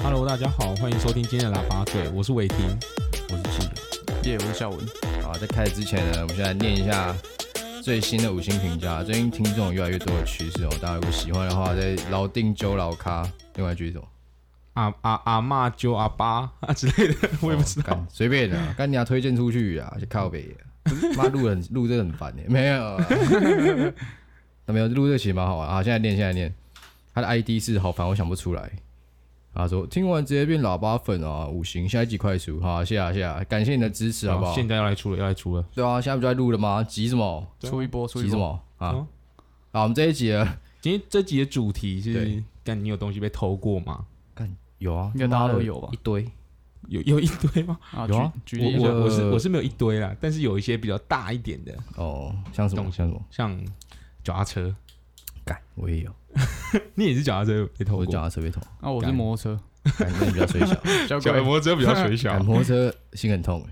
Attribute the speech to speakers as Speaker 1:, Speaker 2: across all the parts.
Speaker 1: Hello，大家好，欢迎收听今天的喇叭嘴，我是伟霆。
Speaker 2: 我是记
Speaker 3: 耶，我是孝文。
Speaker 2: 好，在开始之前呢，我们先来念一下最新的五星评价。最近听众有越来越多的趋势哦，大家如果喜欢的话，再老定揪老咖。另外一句是什么？
Speaker 1: 阿阿阿妈揪阿爸 啊之类
Speaker 2: 哦
Speaker 1: 的，我也不知道。
Speaker 2: 干随便的、啊，干你啊，推荐出去啊，去靠北、妈录很 录这很烦耶、没有、啊，那没有录这其实蛮好玩。好，现在念，现在念。他的 ID 是好烦，我想不出来。他说听完直接变喇叭粉啊，五星，下一集快速，好，谢谢啊谢谢啊，感谢你的支持，好不好？
Speaker 1: 哦现在要来出了，要来出了。
Speaker 2: 对啊，现在不就在录了吗？急什么？
Speaker 1: 对啊
Speaker 3: 出一波，出
Speaker 2: 急
Speaker 3: 一
Speaker 2: 什
Speaker 3: 波。
Speaker 2: 么啊
Speaker 1: 嗯？
Speaker 2: 好，我们这一集呢
Speaker 1: 今天这集的主题是
Speaker 2: 对：
Speaker 1: 干你有东西被偷过吗？
Speaker 2: 有啊，
Speaker 3: 应该大家都有吧
Speaker 2: 一堆。
Speaker 1: 有有一堆 吗？
Speaker 3: 啊
Speaker 2: 有啊
Speaker 3: 举举例一
Speaker 1: 我
Speaker 3: 下
Speaker 1: 我我是
Speaker 2: 呃
Speaker 1: 我是没有一堆啦，但是有一些比较大一点的，
Speaker 2: 哦，像什么
Speaker 1: 东
Speaker 2: 像什么？
Speaker 1: 像脚踏车，
Speaker 2: 干，我也有，
Speaker 1: 你也是脚踏车被偷过？
Speaker 2: 我是脚踏车被 偷，
Speaker 3: 啊，我是
Speaker 2: 干
Speaker 3: 摩托车，
Speaker 2: 干那你比较水 小，
Speaker 3: 小
Speaker 1: 脚摩托车比较水
Speaker 2: 赶
Speaker 1: 小。
Speaker 2: 摩托车心很痛欸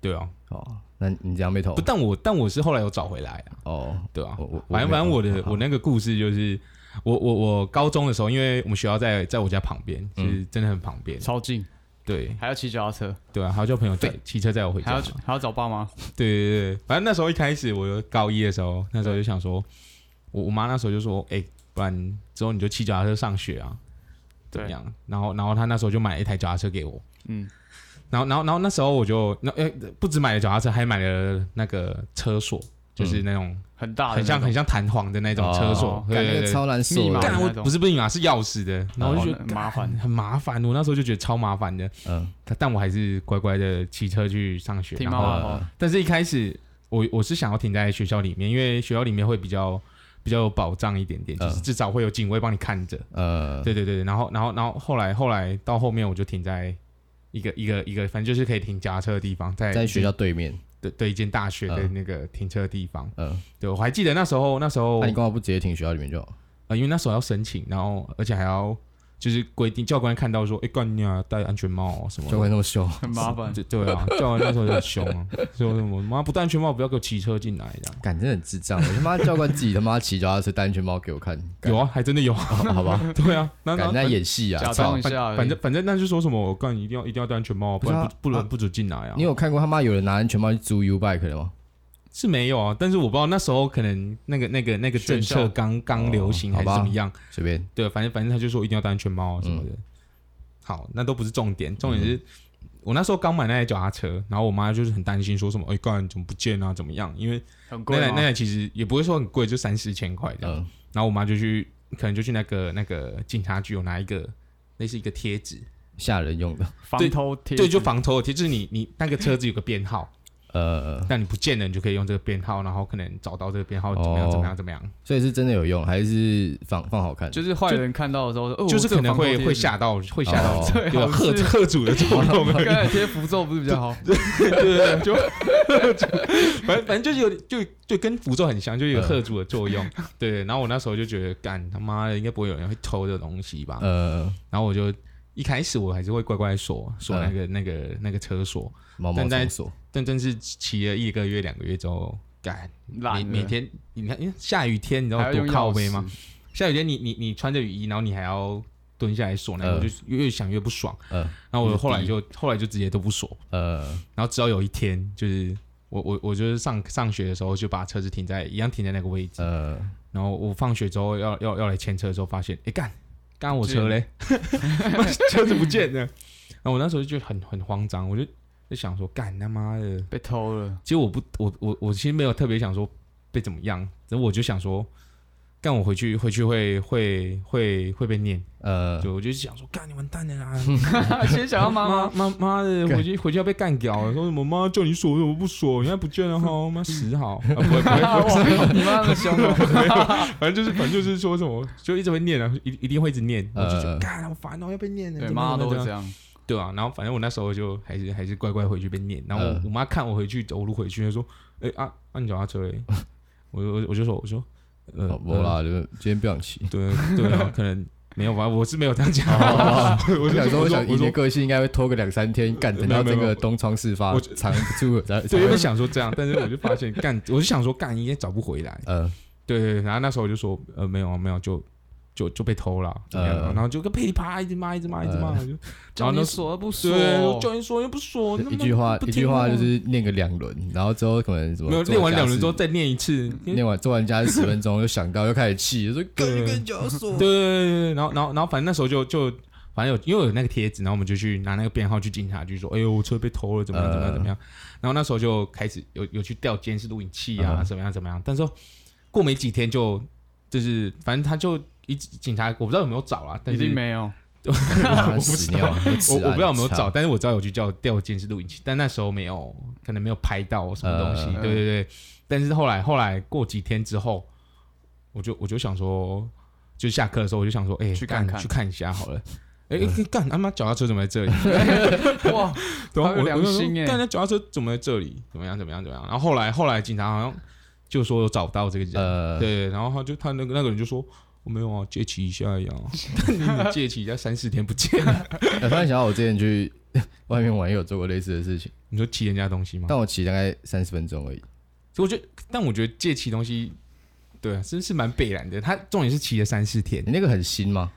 Speaker 1: 对啊，
Speaker 2: 哦，那你这样被偷
Speaker 1: 不，但我但我是后来有找回来啊，
Speaker 2: 哦，
Speaker 1: 对啊
Speaker 2: 我。我
Speaker 1: 反正
Speaker 2: 没
Speaker 1: 反
Speaker 2: 有
Speaker 1: 正我
Speaker 3: 嗯
Speaker 1: 的
Speaker 2: 好
Speaker 1: 我那个故事就是，我我我高中的时候，因为我们学校在在我家旁边，
Speaker 2: 嗯
Speaker 1: 是真的很旁边。
Speaker 3: 超近，
Speaker 1: 对
Speaker 3: 还要骑脚踏车，
Speaker 1: 对啊，还要叫朋友载
Speaker 3: 对
Speaker 1: 骑车载我回
Speaker 3: 还
Speaker 1: 家
Speaker 3: 要
Speaker 1: 嘛。
Speaker 3: 还要找爸妈。
Speaker 1: 对对对，反正那时候一开始我高一的时候，那时候就想说，我我妈那时候就说，哎、不然之后你就骑脚踏车上学啊，怎么
Speaker 3: 对
Speaker 1: 样？然后然后她那时候就买了一台脚踏车给我，
Speaker 3: 嗯，
Speaker 1: 然后然后然后那时候我就那哎、不止买了脚踏车，还买了那个车锁，就是那种
Speaker 3: 很大嗯啊的那种，
Speaker 1: 很像很像弹簧的那种车锁
Speaker 3: 哦，
Speaker 1: 对
Speaker 2: 干
Speaker 1: 对
Speaker 2: 那个
Speaker 1: 对。
Speaker 2: 超难啊
Speaker 3: 密
Speaker 2: 锁
Speaker 3: 码
Speaker 2: 的，
Speaker 1: 干
Speaker 3: 的
Speaker 1: 我
Speaker 3: 那种
Speaker 1: 不是不是密码是钥匙的，然后我就觉得
Speaker 3: 哦那麻烦
Speaker 1: 干很麻烦，我那时候就觉得超麻烦的，
Speaker 2: 嗯，
Speaker 1: 但但我还是乖乖的骑车去上学，
Speaker 3: 听
Speaker 1: 然
Speaker 3: 妈
Speaker 1: 后呃
Speaker 3: 妈
Speaker 2: 然后
Speaker 3: 话。
Speaker 1: 但是一开始我我是想要停在学校里面，因为学校里面会比较比较有保障一点点，就是
Speaker 2: 嗯
Speaker 1: 至少会有警卫帮你看着。
Speaker 3: 嗯
Speaker 2: 呃，
Speaker 1: 对对对，然后然后然后后来后来到后面我就停在一个一个一个，反正就是可以停夹车的地方，在
Speaker 2: 在学校对面，
Speaker 1: 对对一间大学的
Speaker 2: 嗯
Speaker 1: 那个停车的地方。
Speaker 2: 嗯，
Speaker 1: 对，我还记得那时候那时候
Speaker 3: 啊
Speaker 2: 那你干嘛不直接停学校里面就好？
Speaker 1: 呃，因为那时候要申请，然后而且还要。就是规定，教官看到说：“哎、干你啊，戴安全帽哦什么的？”
Speaker 2: 教官那么凶，
Speaker 3: 很麻烦，
Speaker 1: 对对啊，教官那时候就很凶啊，说什么“妈不戴安全帽，不要给我骑车进来”这样。
Speaker 2: 感真的很智障，我他妈教官自己他妈骑脚踏车戴安全帽给我看，干
Speaker 1: 有啊，还真的有啊。
Speaker 2: 哦 好吧，
Speaker 1: 对啊，那那
Speaker 2: 敢在演戏啊，
Speaker 3: 假
Speaker 2: 操
Speaker 3: 装一！下而已，
Speaker 1: 反正反正那就说什么，我告诉你一定要一定要戴安全帽，不
Speaker 2: 不是啊
Speaker 1: 然不不能
Speaker 2: 啊
Speaker 1: 不准进来啊
Speaker 2: 你。有看过他妈有人拿安全帽去租 U bike 的吗？
Speaker 1: 是没有啊，但是我不知道那时候可能那个那个那个
Speaker 3: 学
Speaker 1: 政
Speaker 3: 校
Speaker 1: 策刚
Speaker 2: 哦
Speaker 1: 刚流行还是怎么样，
Speaker 2: 随便，
Speaker 1: 对，反正反正他就说一定要戴安全帽啊什么
Speaker 3: 嗯
Speaker 1: 的。好，那都不是重点，重点是。我那时候刚买那台脚踏车，然后我妈就是很担心，说什么“哎、干怎么不见啊？怎么样？”因为
Speaker 3: 很贵
Speaker 1: 那台
Speaker 3: 吗
Speaker 1: 那台其实也不会说很贵，就三四千块这样。
Speaker 2: 嗯，
Speaker 1: 然后我妈就去，可能就去那个那个警察局有拿一个类似一个贴纸，
Speaker 2: 吓人用的，
Speaker 3: 防偷贴纸，
Speaker 1: 对，就防偷的贴，就是你你那个车子有个编号，
Speaker 2: 呃，
Speaker 1: 但你不见了，你就可以用这个编号，然后可能找到这个编号怎么样
Speaker 2: 哦
Speaker 1: 怎么样怎么样，
Speaker 2: 所以是真的有用，还是放放好看？
Speaker 3: 就是坏人看到的时候说，哦
Speaker 1: 就是可能会会，吓到会吓到
Speaker 2: 哦
Speaker 3: 对
Speaker 1: 有
Speaker 3: 好
Speaker 1: 贺
Speaker 3: 是
Speaker 1: 贺主的作用
Speaker 3: 我， 这个防偷贴纸刚才贴符咒不是比较好？
Speaker 1: 对对对，就 反正反正就是有就就跟符咒很像，就有
Speaker 3: 嗯
Speaker 1: 贺主的作用，对对。然后我那时候就觉得，干他妈的，应该不会有人会偷这东西
Speaker 3: 嗯
Speaker 1: 吧？
Speaker 2: 呃，
Speaker 1: 然后我就一开始我还是会乖乖锁锁那
Speaker 3: 嗯
Speaker 1: 个那个那个车锁，
Speaker 2: 毛毛虫锁，
Speaker 1: 但真是骑了一个月两个月之后，干。
Speaker 3: 懒
Speaker 1: 每
Speaker 3: 了
Speaker 1: 每天你看，因为下雨天你知
Speaker 3: 还
Speaker 1: 道
Speaker 3: 要
Speaker 1: 多
Speaker 3: 用
Speaker 1: 靠
Speaker 3: 钥
Speaker 1: 背
Speaker 3: 匙
Speaker 1: 吗？？下雨天你你你穿着雨衣，然后你还要蹲下来锁那个，
Speaker 2: 嗯
Speaker 1: 我就越想越不爽。
Speaker 3: 嗯
Speaker 2: 呃
Speaker 1: 然后我后来就后来就直接都不锁，
Speaker 2: 呃，
Speaker 1: 然后直到有一天，就是我我我就是上上学的时候就把车子停在一样停在那个位置，
Speaker 2: 呃，
Speaker 1: 然后我放学之后要要要来牵车的时候，发现哎干干我
Speaker 3: 不见
Speaker 1: 车嘞， 车子不见了。然后我那时候就很很慌张，我就就想说干他妈的。
Speaker 3: 被偷 了，
Speaker 1: 其实我不，我我我其实没有特别想说被怎么样，然后我就想说，干我回去回去会会会会被念，
Speaker 2: 呃，
Speaker 1: 对我就想说，干你完蛋了啊啦，
Speaker 3: 先想要妈妈
Speaker 1: 妈妈妈的，
Speaker 2: 干
Speaker 1: 回去回去要被干掉了，说什么妈叫你锁为什么不锁，原来不见了哈，妈死好，啊、不会不会，
Speaker 3: 哇你妈那么凶 哦！
Speaker 1: 反正就是反正就是说什么，就一直会念啊，一一定会一直念，我就觉得
Speaker 2: 呃
Speaker 1: 干好烦哦，要被念了，
Speaker 3: 对，
Speaker 1: 怎么
Speaker 3: 妈妈
Speaker 1: 样
Speaker 3: 都
Speaker 1: 怎
Speaker 3: 会
Speaker 1: 么
Speaker 3: 这
Speaker 1: 样
Speaker 3: 样，
Speaker 1: 对啊，然后反正我那时候就还是还是乖乖回去被念，然后我,、
Speaker 2: 嗯
Speaker 1: 我妈看我回去走路回去，她说：“哎、啊啊，你脚踏车嘞？” 我我我就说我说呃，
Speaker 2: 哦没啦，就是今天不想骑
Speaker 1: 呃。对对啊，可能没有吧，我是没有这样讲，
Speaker 2: 哦我
Speaker 1: 我
Speaker 2: 想说，
Speaker 1: 说
Speaker 2: 我想
Speaker 1: 我
Speaker 2: 以你的
Speaker 1: 说
Speaker 2: 个性应该会拖个两三天，干等到
Speaker 1: 没有
Speaker 2: 这
Speaker 1: 没有
Speaker 2: 个东窗事发
Speaker 1: 我，
Speaker 2: 藏不住了才才
Speaker 1: 对，原
Speaker 2: 会
Speaker 1: 本想说这 样，但是我就发现干，我就想说干应该找不回来，
Speaker 2: 呃
Speaker 1: 对对，对然后那时候我就说呃没有啊没有，就就就被偷了，怎么样
Speaker 2: 呃
Speaker 1: 然后就跟噼里啪啦一直骂，一直骂，一直骂，就然
Speaker 3: 叫
Speaker 1: 后
Speaker 3: 你
Speaker 1: 呢，
Speaker 3: 锁而不锁，
Speaker 1: 对，叫你说又不说，那
Speaker 2: 一
Speaker 1: 么
Speaker 2: 句话
Speaker 1: 不
Speaker 2: 一
Speaker 1: 听
Speaker 2: 句话
Speaker 1: 话
Speaker 2: 就是念个两轮，然后之后可能什么
Speaker 1: 没有
Speaker 2: 做
Speaker 1: 练完
Speaker 2: 家
Speaker 1: 两轮
Speaker 2: 事嗯
Speaker 1: 之后再念一次，
Speaker 2: 念完做完家事十分钟，又想到又开始气，就说跟跟教
Speaker 1: 对对对
Speaker 2: 授，
Speaker 1: 对对，然后然后然后反正那时候就就反正有因为有那个贴纸，然后我们就去拿那个编号去警察局说，哎呦我车被偷了，怎么样怎么样怎么样。然后那时候就开始有有去调监视录影器啊，
Speaker 2: 嗯
Speaker 1: 怎么样怎么样。但是过没几天就就是反正他就一警察我不知道有没有找啊，但
Speaker 3: 一
Speaker 1: 是
Speaker 3: 定没有。
Speaker 2: 我
Speaker 1: 不知
Speaker 2: 屎啊尿，
Speaker 1: 我
Speaker 2: 我
Speaker 1: 我
Speaker 3: 啊
Speaker 1: 不知道有没有找，，但是我知道有去叫调监视录影器，但那时候没有，可能没有拍到什么东西。
Speaker 3: 呃
Speaker 1: 对对对，但是后来后来过几天之后，我就我就想说，就下课的时候我就想说，哎、
Speaker 3: 去
Speaker 1: 干
Speaker 3: 看看嗯
Speaker 1: 去看一下好 了。哎、哎干他妈脚踏车怎么在这里？
Speaker 3: 哇，
Speaker 1: 对啊
Speaker 3: 好有
Speaker 1: 我
Speaker 3: 良
Speaker 1: 我就说
Speaker 3: 心欸
Speaker 1: 干那脚踏车怎么在这里？怎么样怎么样怎么样？然后后来后来警察好像就说有找到这个人，
Speaker 2: 呃，
Speaker 1: 对，然后他就他那个那个人就说。我没有啊，借骑一下呀， 但你借骑一下三四天不见 了，
Speaker 2: 我突然想到我之前去 外面玩也有做过类似的事情，
Speaker 1: 你说骑人家东西吗？
Speaker 2: 但我骑大概三十分钟而已，
Speaker 1: 所以我觉得，但我觉得借骑东西，对啊，真是蛮北然的。他重点是骑了三四天
Speaker 2: 你，那个很新吗？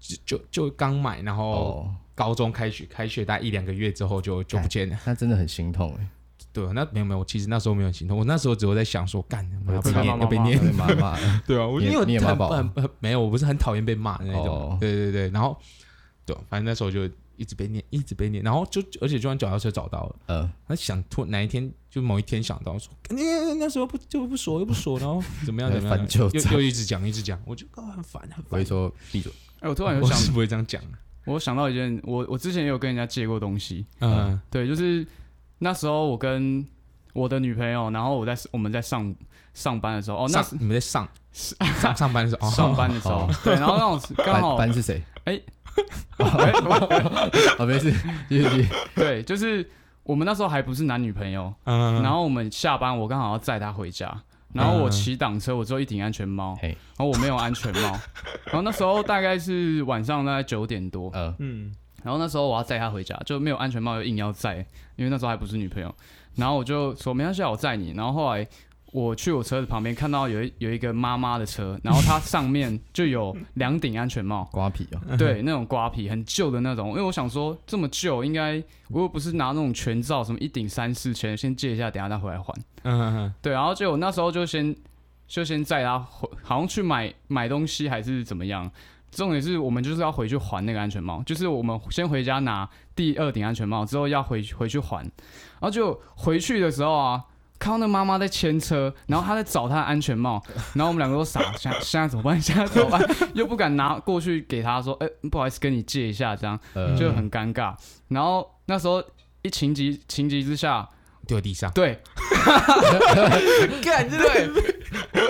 Speaker 1: 就就就刚买，然后
Speaker 2: 哦，
Speaker 1: 高中开学，开学大概一两个月之后就就不见了。
Speaker 2: 那真的很心痛哎，
Speaker 1: 对啊，那没有没有，我其实那时候没有行动，我那时候只有在想说，干他妈要
Speaker 2: 会
Speaker 1: 被
Speaker 2: 被
Speaker 1: 念
Speaker 3: 骂吗
Speaker 1: 要被念
Speaker 2: 被。妈骂，
Speaker 1: 对啊，我
Speaker 2: 你也
Speaker 1: 因为我
Speaker 2: 你也妈
Speaker 1: 很
Speaker 2: 宝
Speaker 1: 很很没有，我不是很讨厌被骂的那种。
Speaker 2: 哦
Speaker 1: 对对对，然后对啊，反正那时候就一直被念，一直被念，然后就而且就算脚踏车找到了。
Speaker 2: 呃，
Speaker 1: 他想突哪一天就某一天想到说，你那时候不就不说又不说，然后怎 么样怎么样，
Speaker 2: 翻旧
Speaker 1: 又
Speaker 2: 账
Speaker 1: 又一直讲一直讲，我就啊很烦很
Speaker 2: 我会
Speaker 1: 烦。
Speaker 2: 说闭嘴，
Speaker 3: 哎，我突然有
Speaker 1: 我
Speaker 3: 想，
Speaker 1: 是不会这样 讲，
Speaker 3: 我想到一件，我我之前也有跟人家借过东西，
Speaker 1: 嗯
Speaker 3: 对，就是那时候我跟我的女朋友，然后我在我们在上上班的时候，哦，那
Speaker 1: 上
Speaker 3: 时
Speaker 1: 你们在上上上班的时候，哦
Speaker 3: 上班的时候
Speaker 2: 哦，
Speaker 3: 对，然后那种刚
Speaker 2: 班
Speaker 3: 好
Speaker 2: 班是谁？
Speaker 3: 哎
Speaker 2: 哦，没事，继续继续，
Speaker 3: 对，就是我们那时候还不是男女朋友，
Speaker 1: 嗯，
Speaker 3: 然后我们下班我刚好要载她回家，然后我骑挡车，我只有一顶安全帽，
Speaker 2: 嘿
Speaker 3: 然后我没有安全帽，然后那时候大概是晚上大概九点多，
Speaker 2: 呃，，
Speaker 1: 嗯
Speaker 3: 然后那时候我要载她回家，就没有安全帽，又硬要载，因为那时候还不是女朋友。然后我就说没关系啊，我载你。然后后来我去我车子旁边看到有一有一个妈妈的车，然后它上面就有两顶安全帽
Speaker 2: 瓜皮哦，
Speaker 3: 对，那种瓜皮很旧的那种。因为我想说这么旧，应该我又不是拿那种全罩，什么一顶三四千，先借一下，等下再回来还。
Speaker 1: 嗯
Speaker 3: 对，然后结果那时候就先就先载他回，好像去买买东西还是怎么样。重点是我们就是要回去还那个安全帽，就是我们先回家拿第二顶安全帽，之后要回回去还，然后就回去的时候啊，看到那妈妈在牵车，然后她在找她的安全帽，然后我们两个都傻，现在现在怎么办？ 现在怎么办？又不敢拿过去给她说，哎、不好意思，跟你借一下，这样
Speaker 2: 呃，
Speaker 3: 就很尴尬。然后那时候一情急情急之下，
Speaker 1: 丢地上，
Speaker 3: 对，干对，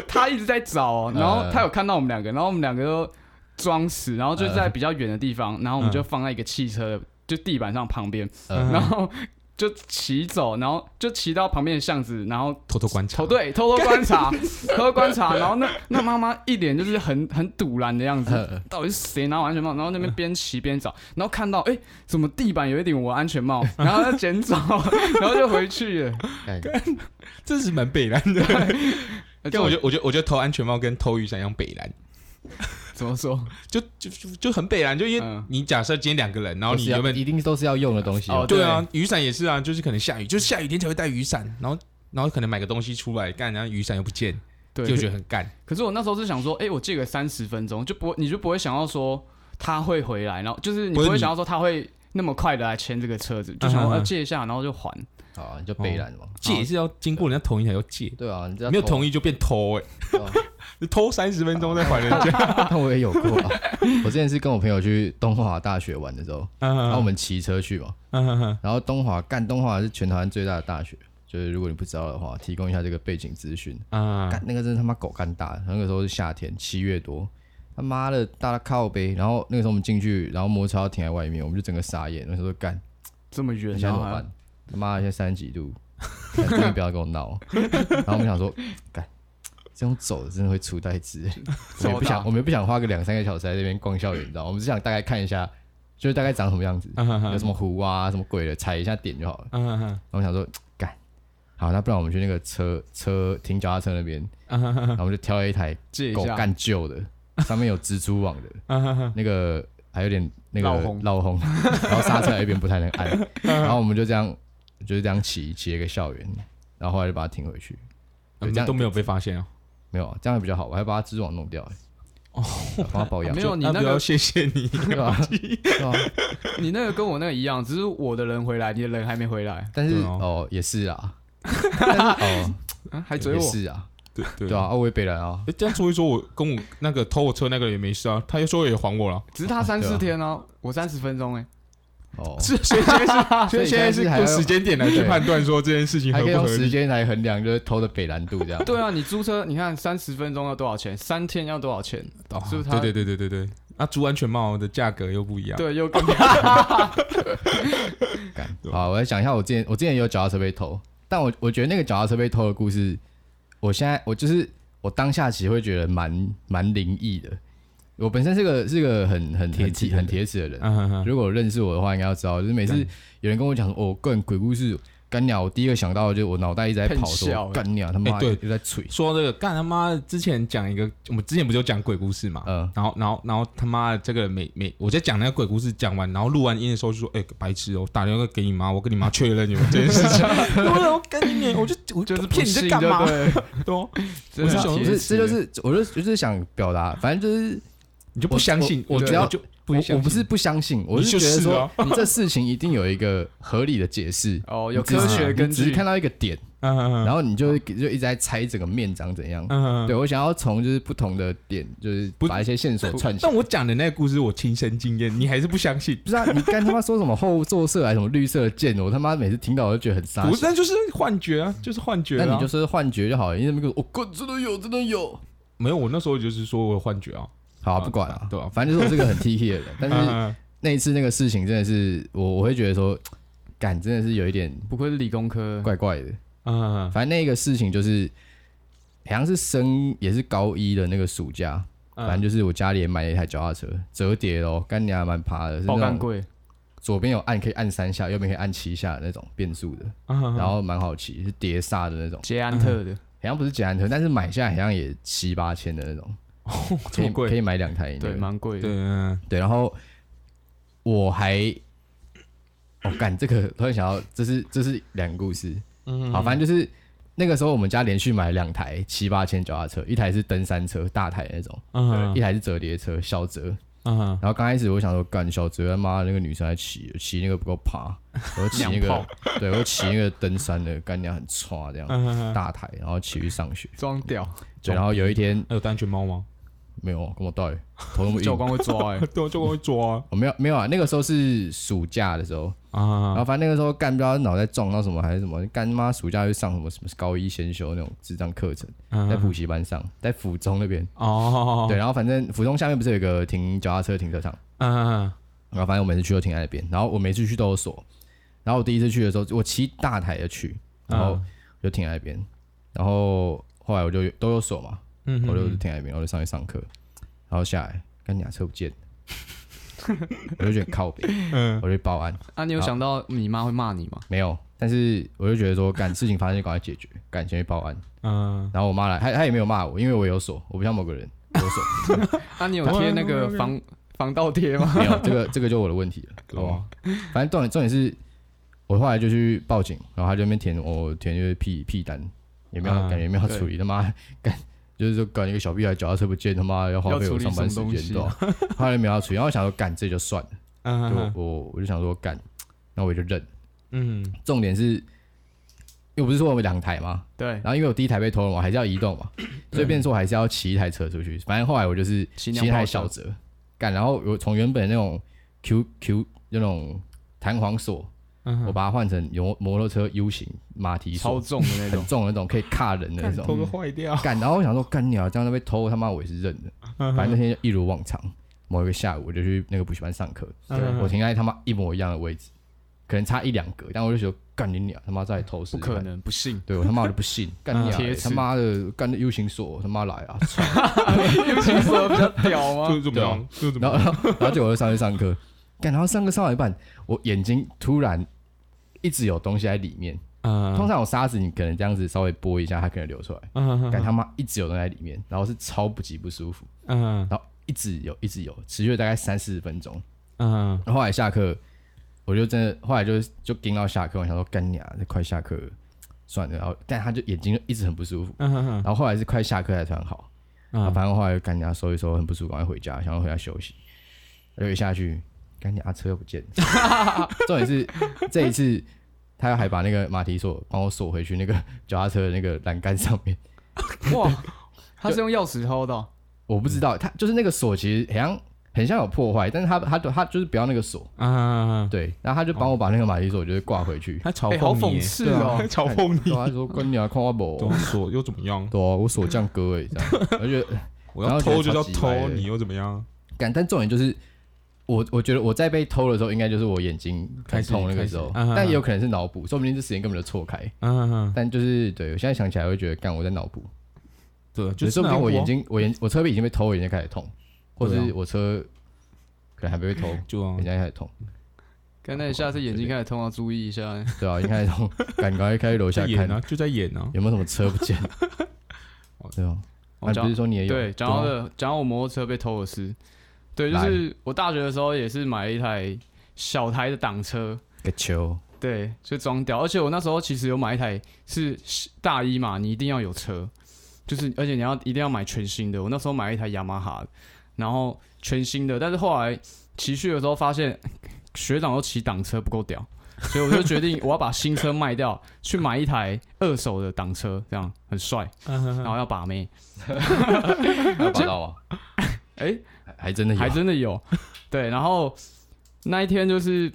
Speaker 3: 他一直在找、哦，然后他有看到我们两个，然后我们两个都装死，然后就在比较远的地方，然后我们就放在一个汽车的就地板上旁边，
Speaker 2: 呃
Speaker 3: 然后就骑走，然后就骑到旁边的巷子，然后
Speaker 1: 偷偷观察，
Speaker 3: 偷对偷偷观察，偷偷观察，然后那那妈妈一脸就是很很堵然的样子。
Speaker 2: 呃，
Speaker 3: 到底是谁拿我安全帽？然后那边边骑边找，然后看到哎、怎么地板有一顶我安全帽？然后他捡走，然后就回去了。
Speaker 2: 干
Speaker 1: 这是蛮北蓝的。但我觉
Speaker 3: 就
Speaker 1: 得我觉得我觉得偷安全帽跟偷雨伞一样北蓝，
Speaker 3: 怎么说？
Speaker 1: 就就就就很北蓝，就因为
Speaker 3: 嗯
Speaker 1: 你假设今天两个人，然后
Speaker 2: 都
Speaker 1: 你
Speaker 2: 是要
Speaker 1: 原本
Speaker 2: 一定都是要用的东西哦
Speaker 3: 哦，
Speaker 1: 对啊，雨伞也是啊，就是可能下雨，就是下雨天才会带雨伞，然后然后可能买个东西出来干，然后雨伞又不见，
Speaker 3: 对，
Speaker 1: 就觉得 很干。
Speaker 3: 可是我那时候是想说，哎、我借个三十分钟，就不你就不会想要说他会回来，然后就是你
Speaker 1: 不
Speaker 3: 不
Speaker 1: 是
Speaker 3: 会
Speaker 1: 你
Speaker 3: 想要说他会那么快的来签这个车子，就想
Speaker 1: 嗯嗯嗯
Speaker 3: 说要借一下，然后就还。
Speaker 2: 好啊，你就北兰嘛，
Speaker 1: 借也是要经过人家同意才要借，
Speaker 2: 对啊，你这
Speaker 1: 哦
Speaker 2: 样
Speaker 1: 没有
Speaker 2: 偷
Speaker 1: 同意就变偷哎、
Speaker 2: 对啊
Speaker 1: 你偷三十分钟再还人家。
Speaker 2: 但我也有过、啊。我之前是跟我朋友去东华大学玩的时候，然后我
Speaker 1: 嗯
Speaker 2: 们骑车去嘛，
Speaker 1: 嗯嗯
Speaker 2: 然后东华干东华是全台湾最大的大学，就是如果你不知道的话，提供一下这个背景资讯。
Speaker 1: 嗯
Speaker 3: 啊
Speaker 2: 干那个真的他妈狗干大，那个时候是夏天，七月多，他妈的大到靠背。然后那个时候我们进去，然后摩托车要停在外面，我们就整个傻眼，那时候干，
Speaker 3: 这么远，
Speaker 2: 现在怎
Speaker 3: 然后
Speaker 2: 么
Speaker 3: 还
Speaker 2: 办？他妈的现在三十几度，干真的不要跟我 闹。然后我们想说，干。这种走的真的会出代 志，我们也不想，我们也不想花个两三个小时在那边逛校园，你知道吗？我们只想大概看一下，就是大概长什么样子，
Speaker 1: 嗯
Speaker 2: 有什么湖啊、什么鬼的，踩一下点就好了。
Speaker 1: 嗯
Speaker 2: 然后我想说，干，好，那不然我们去那个车车停脚踏车那边，
Speaker 1: 嗯
Speaker 2: 然后我们就挑了一台
Speaker 3: 借一
Speaker 2: 狗
Speaker 3: 下，
Speaker 2: 干旧的，上面有蜘蛛网 的，
Speaker 1: 啊哈哈
Speaker 2: 那个还有点那个
Speaker 4: 绕红
Speaker 2: 绕红，然后刹车还有一边不太能 按，然后我们就这样就是这样骑骑了一个校园，然后后来就把它停回去，
Speaker 1: 你
Speaker 2: 对
Speaker 1: 们
Speaker 2: 这样
Speaker 1: 都没有被发现哦。
Speaker 2: 没有啊，这样比较好，我还把它蜘蛛网弄掉、欸，哦，帮它 保养，
Speaker 3: 啊没有你
Speaker 1: 要
Speaker 3: 那
Speaker 1: 不要
Speaker 3: 个
Speaker 1: 谢谢你，
Speaker 2: 对吧？对啊吧
Speaker 3: 你那个跟我那个一样，只是我的人回来，你的人还没回来，
Speaker 2: 但是
Speaker 1: 对哦
Speaker 2: 哦，也是 啊，但是哦，
Speaker 3: 啊、还追
Speaker 2: 也
Speaker 3: 我。
Speaker 2: 是啊，
Speaker 1: 对对
Speaker 2: 对啊，。啊，我也北人啊，
Speaker 1: 诶这样说一说，我跟我那个偷我车那个也没事啊，他又说也还我了。
Speaker 3: 只是他 三
Speaker 2: 对啊
Speaker 3: 四天哦，我三十分钟哎，
Speaker 2: 哦，
Speaker 1: 是，所以现在是，所以现在是
Speaker 2: 所以现在是还要
Speaker 1: 用时间点来去
Speaker 2: 对
Speaker 1: 判断说这件事情合
Speaker 2: 还可以
Speaker 1: 不
Speaker 2: 用
Speaker 1: 合
Speaker 2: 时
Speaker 1: 理。
Speaker 2: 间来衡量，就是偷的北蓝度这 样。
Speaker 3: 对啊，你租车，你看三十分钟要多少钱？三天要多少钱？
Speaker 1: 哦
Speaker 3: 是不是他
Speaker 1: 对对对对对对，那租安全帽的价格又不一样。
Speaker 3: 对，又更
Speaker 2: 干好，我来讲一下我之前，我之前也有脚踏车被偷，但我我觉得那个脚踏车被偷的故事，我现在我就是我当下其实会觉得蛮蛮灵异的。我本身是个是个很很
Speaker 1: 铁
Speaker 2: 很
Speaker 1: 齿
Speaker 2: 铁
Speaker 1: 的人
Speaker 2: 很铁齿的人，
Speaker 1: 嗯哼哼，
Speaker 2: 如果认识我的话，应该要知道，就是每次有人跟我讲说，哦，干鬼故事，干鸟，我第一个想到的就是我脑袋一直在跑
Speaker 3: 很笑
Speaker 2: 说，
Speaker 3: 欸
Speaker 2: 干鸟他妈
Speaker 1: 哎对
Speaker 2: 又在吹，
Speaker 1: 说这个干他妈的之前讲一个，我们之前不就讲鬼故事嘛？
Speaker 2: 嗯，
Speaker 1: 然后，然后，然后他妈的，这个每每我在讲那个鬼故事讲完，然后录完音的时候就说：“哎、白痴哦、我打电话给你妈，我跟你妈确认有这件事 情。啊我”我跟你娘，我就我
Speaker 3: 就是
Speaker 1: 骗你在干嘛？
Speaker 3: 对，
Speaker 1: 对哦，
Speaker 3: 真的
Speaker 1: 我就想
Speaker 3: 铁
Speaker 1: 铁
Speaker 2: 不是，这
Speaker 3: 齿
Speaker 2: 就是我就就是想表达，反正就是
Speaker 1: 你就不相信？
Speaker 2: 我我
Speaker 1: 你就
Speaker 2: 只要
Speaker 1: 我就不
Speaker 2: 啊我
Speaker 1: 相信
Speaker 2: 我不是不相信，我
Speaker 1: 你
Speaker 2: 是
Speaker 1: 就
Speaker 2: 觉得
Speaker 1: 是
Speaker 2: 说
Speaker 1: 啊
Speaker 2: 你这事情一定有一个合理的解释，
Speaker 3: 哦，有
Speaker 2: 你只
Speaker 3: 科
Speaker 2: 是
Speaker 3: 学根
Speaker 2: 你只是
Speaker 3: 据
Speaker 2: 看。到一个点，
Speaker 1: 嗯嗯嗯
Speaker 2: 然后你就就一直在猜整个面长怎样。
Speaker 1: 嗯，嗯
Speaker 2: 对我想要从就是不同的点，就是
Speaker 1: 不
Speaker 2: 把一些线索串起来。
Speaker 1: 但我讲的那个故事，我亲身经验，你还是不相信？
Speaker 2: 不是啊，你干他妈说什么后座色还是什么绿色的箭，我他妈每次听到我就觉得很傻
Speaker 1: 不。是，那就是幻觉啊，就是幻觉、啊。
Speaker 2: 那你就说幻觉就好了，你怎么跟我说哦，干真的有，真的有。
Speaker 1: 没有？我那时候就是说我有幻觉啊。
Speaker 2: 好啊，
Speaker 1: 啊
Speaker 2: 不管了，
Speaker 1: 对啊
Speaker 2: 反正就是我是个很 T K 的 人，但
Speaker 1: 嗯
Speaker 2: 是
Speaker 1: 嗯
Speaker 2: 那一次那个事情真的是我，我会觉得说，感真的是有一点
Speaker 3: 不愧是理工科，
Speaker 2: 怪怪的。
Speaker 1: 嗯嗯
Speaker 2: 反正那个事情就是，好像是升也是高一的那个暑假，
Speaker 1: 嗯，
Speaker 2: 反正就是我家里也买了一台脚踏车，折叠的哦，干你还蛮爬的，是
Speaker 3: 爆
Speaker 2: 那
Speaker 3: 干
Speaker 2: 种
Speaker 3: 贵，
Speaker 2: 左边有按可以按三下，右边可以按七下的那种变速的，
Speaker 1: 嗯
Speaker 2: 然后蛮好骑，是碟刹的那种，
Speaker 3: 捷安特的，
Speaker 2: 好像不是捷安特，但是买下来好像也七八千的那种，
Speaker 1: 这
Speaker 2: 可
Speaker 1: 么
Speaker 2: 以
Speaker 1: 贵
Speaker 2: 可以买两台那个，
Speaker 3: 对，蛮贵
Speaker 1: 对
Speaker 3: 的。
Speaker 1: 嗯
Speaker 2: 对，然后我还，我、哦、干这个突然想到，这是这是两个故事，
Speaker 1: 嗯
Speaker 2: 好，反正就是那个时候我们家连续买了两台七八千脚踏车，一台是登山车大台那种，
Speaker 1: 嗯
Speaker 2: 一台是折叠车小折。
Speaker 1: 嗯
Speaker 2: 然后刚开始我想说，干小折他妈的那个女生还骑骑那个不够 爬，我骑那
Speaker 3: 娘
Speaker 2: 个，对我骑那个登山的，干娘很差这样。
Speaker 1: 嗯，
Speaker 2: 大台，然后骑去上学，
Speaker 3: 装屌，
Speaker 2: 对，然后有一天
Speaker 1: 还有戴安全帽吗？
Speaker 2: 没有跟我到底头那 么
Speaker 3: 教
Speaker 2: 晕，
Speaker 3: 官会抓哎，
Speaker 1: 对，就会抓
Speaker 2: 我没有没有啊，那个时候是暑假的时候，然
Speaker 1: 啊
Speaker 2: 后反正那个时候干不知道脑袋撞到什么还是什么，干妈暑假去上什么什么高一先修那种智障课程，在补习班上，在府中那边。
Speaker 1: 嗯哦，
Speaker 2: 对，，然后反正府中下面不是有一个停脚踏车的停车场，
Speaker 1: 嗯
Speaker 2: 然后反正我每次去都停在那边，然后我每次去都有锁，然后我第一次去的时候，我骑大台的去，
Speaker 1: 嗯
Speaker 2: 然后就停在那边，然后后来我就都有锁嘛，
Speaker 1: 嗯，
Speaker 2: 我就停在那边，然后就上去上课，然后下来，干你车 不见了，我就觉得靠北，
Speaker 1: 嗯
Speaker 2: 我就去报案，
Speaker 3: 啊，你有想到你妈会骂你吗？
Speaker 2: 没有，但是我就觉得说，干事情发生就赶快解决， 赶先去报案。
Speaker 1: 嗯，
Speaker 2: 然后我妈来，她她也没有骂我，因为我有锁，我不像某个人有 锁，
Speaker 3: 啊，你有贴那个防防盗贴 吗？
Speaker 2: 没有这个这个就我的问题了，好不好？反正重点重点是，我后来就去报警，然后她就那边填我填就是屁屁单，也没有、
Speaker 1: 嗯
Speaker 2: 感觉也没有
Speaker 3: 啊对
Speaker 2: 处理，他妈干就是说搞一个小屁孩脚踏车不见，他妈要花
Speaker 3: 要
Speaker 2: 费
Speaker 3: 处
Speaker 2: 我
Speaker 3: 理
Speaker 2: 上班
Speaker 3: 什
Speaker 2: 时
Speaker 3: 么
Speaker 2: 间对
Speaker 3: 东
Speaker 2: 吧？后来没有要处理，然后我想说干这就算了，就
Speaker 1: 嗯
Speaker 2: 我我就想说干，那我也就认。
Speaker 1: 嗯
Speaker 2: 重点是，又不是说我们两台吗？
Speaker 3: 对，
Speaker 2: 然后因为我第一台被偷了嘛，我还是要移动嘛，
Speaker 3: 嗯
Speaker 2: 所以变成说我还是要骑一台车出去。反正后来我就是
Speaker 3: 骑
Speaker 2: 骑
Speaker 3: 辆
Speaker 2: 一
Speaker 3: 跑
Speaker 2: 台
Speaker 3: 车
Speaker 2: 小折，干，然后我从原本那种 QQ 那种弹簧锁，
Speaker 1: 嗯，
Speaker 2: 我把它换成摩摩托车 U 型马蹄
Speaker 3: 超
Speaker 2: 锁，
Speaker 3: 重的那
Speaker 2: 很
Speaker 3: 种，
Speaker 2: 重的那种，可以卡人的那
Speaker 1: 头都
Speaker 2: 种。
Speaker 1: 坏掉，
Speaker 2: 干，然后我想说，干你啊，这样被偷，他妈我也是认的。
Speaker 3: 嗯
Speaker 2: 反正那天就一如往常，某一个下午我就去那个补习班上课，
Speaker 1: 嗯
Speaker 2: 我停在他妈一模一样的位置，可能差一两格，但我就觉得干你娘，他妈再偷试
Speaker 3: 不
Speaker 2: 试看。
Speaker 3: 可能，不信
Speaker 2: 对我他妈我就 不信，干你、啊
Speaker 3: 铁
Speaker 2: 他
Speaker 3: 齿
Speaker 2: 妈的干的 U 型锁，他妈来啊！操
Speaker 3: 有听说比较屌吗
Speaker 1: 就？怎么样？就怎么
Speaker 2: 啊然后
Speaker 1: 样？
Speaker 2: 然后然后就我就上去上课，干，然后上课上到一半，我眼睛突然一直有东西在里面，通
Speaker 1: 嗯
Speaker 2: 常有沙子，你可能这样子稍微拨一下，它可能流出来。
Speaker 1: 嗯
Speaker 2: 感他妈一直有东西在里面，然后是超不级不舒服，
Speaker 1: 嗯
Speaker 2: 然后一直有一直有，持续了大概三四十分钟。
Speaker 1: 嗯
Speaker 2: 然后后来下课，我就真的后来就就盯到下课，我想说干你啊，快下课了算了。然后但他就眼睛就一直很不舒服，
Speaker 1: 嗯
Speaker 2: 然后后来是快下课才突然好。啊，
Speaker 1: 嗯，
Speaker 2: 反正后来干家收一收，很不舒服，赶快回家，想要回家休息。就一下去，干家车又不见 了。重点是这一次，他还把那个马蹄锁帮我锁回去那个脚踏车的那个栏杆上面。
Speaker 3: 哇，他是用钥匙偷的哦，
Speaker 2: 我不知道，他就是那个锁其实很像很像有破坏，但是他他他就是不要那个锁，
Speaker 1: 啊，
Speaker 2: 对，然后他就帮我把那个马蹄锁就是挂回去。
Speaker 1: 他嘲
Speaker 3: 哎好
Speaker 1: 讽你
Speaker 3: 讽
Speaker 1: 耶，
Speaker 3: 刺哦，
Speaker 1: 嘲讽
Speaker 2: 对啊，他说哦关你啊，看我不
Speaker 1: 怎么锁又怎么样？
Speaker 2: 对啊，我锁匠哥哎，这样，而且
Speaker 1: 我要
Speaker 2: 然后
Speaker 1: 偷就
Speaker 2: 觉得
Speaker 1: 叫
Speaker 2: 超级歪
Speaker 1: 偷，
Speaker 2: 的
Speaker 1: 你又怎么样？
Speaker 2: 感，但重点就是，我我觉得我在被偷的时候，应该就是我眼睛开始痛那个时候，
Speaker 1: 开始开始
Speaker 2: 但也有可能是脑补，说不定这时间根本就错开。
Speaker 1: 嗯，
Speaker 2: 但就是对我现在想起来会觉得，干我在脑补，
Speaker 1: 对，
Speaker 2: 就
Speaker 1: 就是是
Speaker 2: 说不
Speaker 1: 那啊
Speaker 2: 定我眼睛我眼我车皮已经被偷，我眼睛开始痛，或者
Speaker 1: 对
Speaker 2: 是我车可能还没被偷，
Speaker 1: 就啊
Speaker 2: 眼睛开始痛，
Speaker 3: 刚才下次眼睛开始痛要注意一下。
Speaker 2: 对啊，眼睛开始痛，赶快开去楼
Speaker 1: 在
Speaker 2: 下
Speaker 1: 演
Speaker 2: 看
Speaker 1: 啊，就在演啊，
Speaker 2: 有没有什么车不见了，对啊，
Speaker 3: 我
Speaker 2: 啊你
Speaker 3: 讲
Speaker 2: 不是说你也有
Speaker 3: 对，讲到
Speaker 2: 对啊
Speaker 3: 的，讲到我摩托车被偷的事，对，就是我大学的时候也是买了一台小台的挡车，
Speaker 2: 个球，
Speaker 3: 对，就装掉。而且我那时候其实有买一台是大一嘛，你一定要有车，就是而且你要一定要买全新的。我那时候买了一台雅马哈，然后全新的，但是后来骑去的时候发现学长都骑挡车不够屌，所以我就决定我要把新车卖掉，去买一台二手的挡车，这样很帅，
Speaker 1: 嗯
Speaker 2: 嗯
Speaker 3: 然后要把妹。
Speaker 2: 还有拔到啊，
Speaker 3: 哎、
Speaker 2: 还还真的有啊
Speaker 3: 还真的有。对，然后那一天就是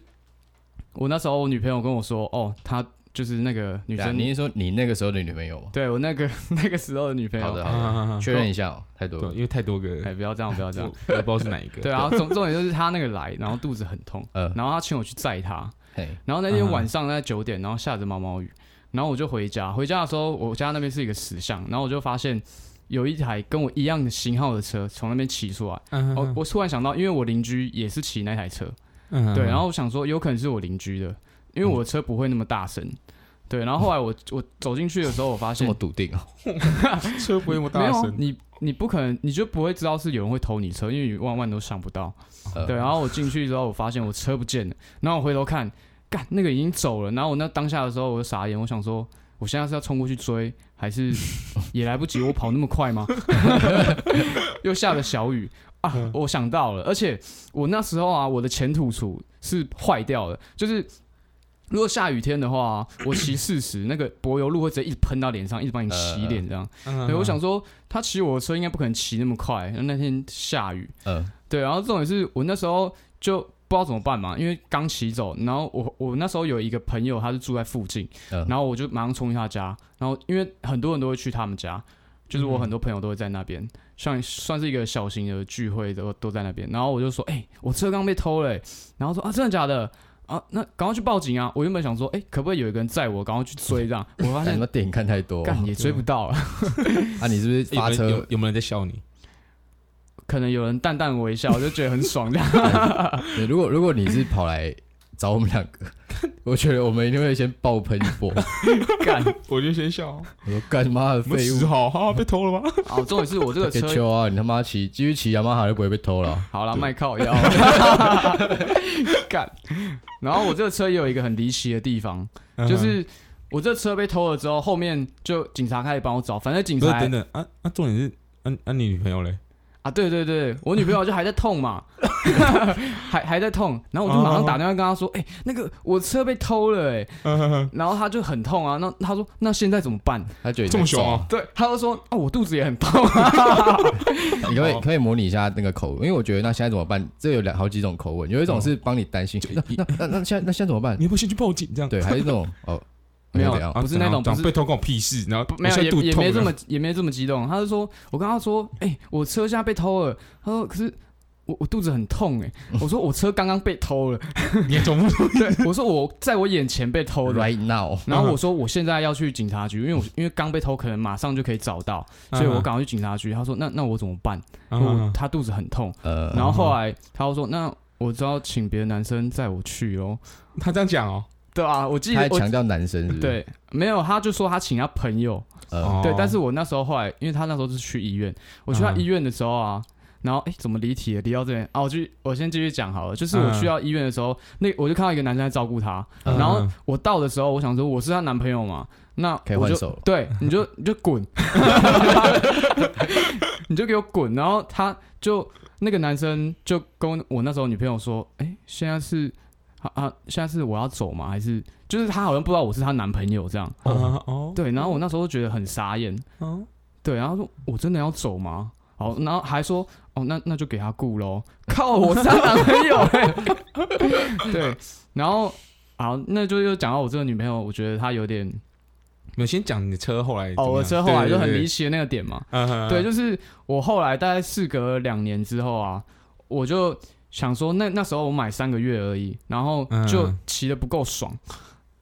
Speaker 3: 我那时候我女朋友跟我说，哦，她就是那个女
Speaker 2: 对啊
Speaker 3: 生，
Speaker 2: 你是说你那个时候的女朋友吗？
Speaker 3: 对我那个 那个时候的女朋
Speaker 2: 好
Speaker 3: 友，
Speaker 2: 的
Speaker 1: 啊
Speaker 2: 好
Speaker 1: 啊啊
Speaker 2: 的，确认一下哦，太多
Speaker 1: 对，
Speaker 2: 了，
Speaker 1: 因为太多个了，
Speaker 3: 哎，不要这样，不要这
Speaker 1: 我
Speaker 3: 样
Speaker 1: 我。也不知道是哪一个，
Speaker 3: 对，然啊后重重点就是她那个来，然后肚子很痛，
Speaker 2: 呃，
Speaker 3: 然后她请我去载她，
Speaker 2: 嘿，
Speaker 3: 然后那天
Speaker 1: 嗯
Speaker 3: 晚上在九点，然后下着毛毛雨，然后我就回家，回家的时候我家那边是一个石像，然后我就发现。有一台跟我一样的型号的车从那边骑出来，
Speaker 1: 嗯
Speaker 3: 哦，我突然想到，因为我邻居也是骑那台车，
Speaker 1: 嗯
Speaker 3: 对，然后我想说有可能是我邻居的，因为我的车不会那么大声。对，然后后来我我走进去的时候，我发
Speaker 2: 这
Speaker 3: 现
Speaker 2: 么笃定哦，
Speaker 1: 车不会那么
Speaker 3: 没
Speaker 1: 大
Speaker 3: 有啊
Speaker 1: 声，
Speaker 3: 你，你不可能，你就不会知道是有人会偷你车，因为你万万都想不到。
Speaker 2: 呃
Speaker 3: 对，然后我进去之后，我发现我车不见了，然后我回头看，干那个已经走了，然后我那当下的时候我就傻眼，我想说。我现在是要冲过去追，还 是也来不及？我跑那么快 吗？又下着小雨啊！我想到了，而且我那时候啊，我的前土处是坏掉的，就是如果下雨天的话、我骑四十，那个柏油路会直接一直喷到脸上，一直帮你洗脸这样。
Speaker 1: 嗯
Speaker 3: 对，我想说他骑我的车应该不可能骑那么快，然后那天下雨，
Speaker 2: 呃，
Speaker 3: 对，然后重点是我那时候就不知道怎么办嘛，因为刚骑走，然后我我那时候有一个朋友，他是住在附近，
Speaker 2: 嗯
Speaker 3: 然后我就马上冲去他家，然后因为很多人都会去他们家，就是我很多朋友都会在那边，像算是一个小型的聚会都都在那边，然后我就说，哎、我车刚被偷了、欸然后说啊，真的假的？啊，那赶快去报警啊！我原本想说，哎、可不可以有一个人载我，赶快去追这样？我发
Speaker 2: 干
Speaker 3: 现
Speaker 2: 什么电影看太多
Speaker 3: 干也追不到了，
Speaker 2: 啊？你是 不是
Speaker 1: 有
Speaker 2: 发
Speaker 1: 没有
Speaker 2: 车
Speaker 1: 有有没有人在笑你？
Speaker 3: 可能有人淡淡微笑，我就觉得很爽 这样。
Speaker 2: 对，如果如果你是跑来找我们两个，我觉得我们一定会先爆喷一 波。
Speaker 3: 干，
Speaker 1: 我就先笑，
Speaker 2: 我说干妈的
Speaker 1: 我们
Speaker 2: 废
Speaker 1: 死
Speaker 2: 物，
Speaker 1: 好，哈，啊被偷了吗？
Speaker 3: 哦，重点是我这个
Speaker 2: 给
Speaker 3: 车
Speaker 2: 球啊！你他妈骑继续骑雅马哈就不会被偷了。
Speaker 3: 好啦，卖靠 腰，干。然后我这个车也有一个很离奇的地方，
Speaker 1: 嗯
Speaker 3: 就是我这车被偷了之后，后面就警察开始帮我找，反正警
Speaker 1: 不是
Speaker 3: 察
Speaker 1: 等等啊啊，重点是啊啊，你女朋友嘞？
Speaker 3: 啊，对对对，我女朋友就还在痛 嘛，还还在痛，然后我就马上打电话跟她说，哎、那个我车被偷了、欸，哎，然后她就很痛啊，那她说那现在怎么办？
Speaker 2: 他觉得你在
Speaker 1: 这么凶
Speaker 2: 装
Speaker 1: 啊？
Speaker 3: 对，她就说啊，我肚子也很痛啊，
Speaker 2: 你可不可以
Speaker 1: 哦
Speaker 2: 可以模拟一下那个口吻，因为我觉得那现在怎么办？这有两好几种口吻，有一
Speaker 3: 哦
Speaker 2: 种是帮你担心，那那那那现在那现在怎么办
Speaker 1: 你？要不要先去报警？这样
Speaker 2: 对，还是那 种哦，
Speaker 3: 没有
Speaker 2: 怎样
Speaker 1: 啊
Speaker 3: 啊不是那种
Speaker 1: 怎样
Speaker 3: 不是
Speaker 1: 被偷关我屁事，然后
Speaker 3: 不没有
Speaker 1: 我现
Speaker 3: 也
Speaker 1: 在肚
Speaker 3: 也
Speaker 1: 痛
Speaker 3: 没这么也没这么激动，他就说，我跟他说，哎、我车现在被偷了，他说可是我我肚子很痛哎、我说我车刚刚被偷了，
Speaker 1: 了你总不
Speaker 3: 对，我说我在我眼前被偷的。
Speaker 2: right now，
Speaker 3: 然
Speaker 1: 嗯
Speaker 3: 后我说我现在要去警察局，因为我因为刚被偷，可能马上就可以找到，
Speaker 1: 嗯
Speaker 3: 所以我赶快去警察局。他说那那我怎么办？
Speaker 1: 啊
Speaker 3: 我他肚子很痛。
Speaker 1: 嗯
Speaker 2: 呃，
Speaker 3: 然后后来他又说那我只要请别的男生载我去哦。
Speaker 1: 他这样讲哦，
Speaker 3: 对啊，我记
Speaker 2: 他
Speaker 3: 得
Speaker 2: 还
Speaker 3: 我
Speaker 2: 强调男生是不是？，
Speaker 3: 对，没有，他就说他请他朋友，
Speaker 2: 呃，
Speaker 1: 哦
Speaker 3: 对，但是我那时候后来，因为他那时候是去医院，我去他
Speaker 1: 嗯
Speaker 3: 医院的时候啊，然后哎、诶怎么离题了？离到这边啊，我就我先继续讲好了，就是我
Speaker 1: 嗯
Speaker 3: 去到医院的时候，那我就看到一个男生在照顾她，
Speaker 1: 嗯
Speaker 3: 然后我到的时候，我想说我是她男朋友嘛，那
Speaker 2: 可以
Speaker 3: 我
Speaker 2: 换
Speaker 3: 就
Speaker 2: 手了
Speaker 3: 对，你就你就滚， 你就给我滚，然后他就那个男生就跟我那时候女朋友说，哎、现在是。啊啊！现在是我要走吗？还是就是他好像不知道我是她男朋友这样？
Speaker 1: 哦哦
Speaker 3: 对，然后我那时候就觉得很傻眼，
Speaker 1: 哦
Speaker 3: 对，然后说我真的要走吗？好，然后还说哦，那那就给他雇喽。靠，我是他男朋友、欸。 对，然后好，那就又讲到我这个女朋友，我觉得她有点
Speaker 1: 没有先讲你车后来怎
Speaker 3: 哦，
Speaker 1: 么
Speaker 3: 哎我
Speaker 1: 样
Speaker 3: 车后来就很离，
Speaker 1: 对
Speaker 3: 奇的那个点嘛。
Speaker 1: 对对嗯嗯
Speaker 3: 对，就是我后来大概事隔两年之后啊，我就想说那那时候我买三个月而已，然后就
Speaker 1: 嗯
Speaker 3: 骑的不够爽。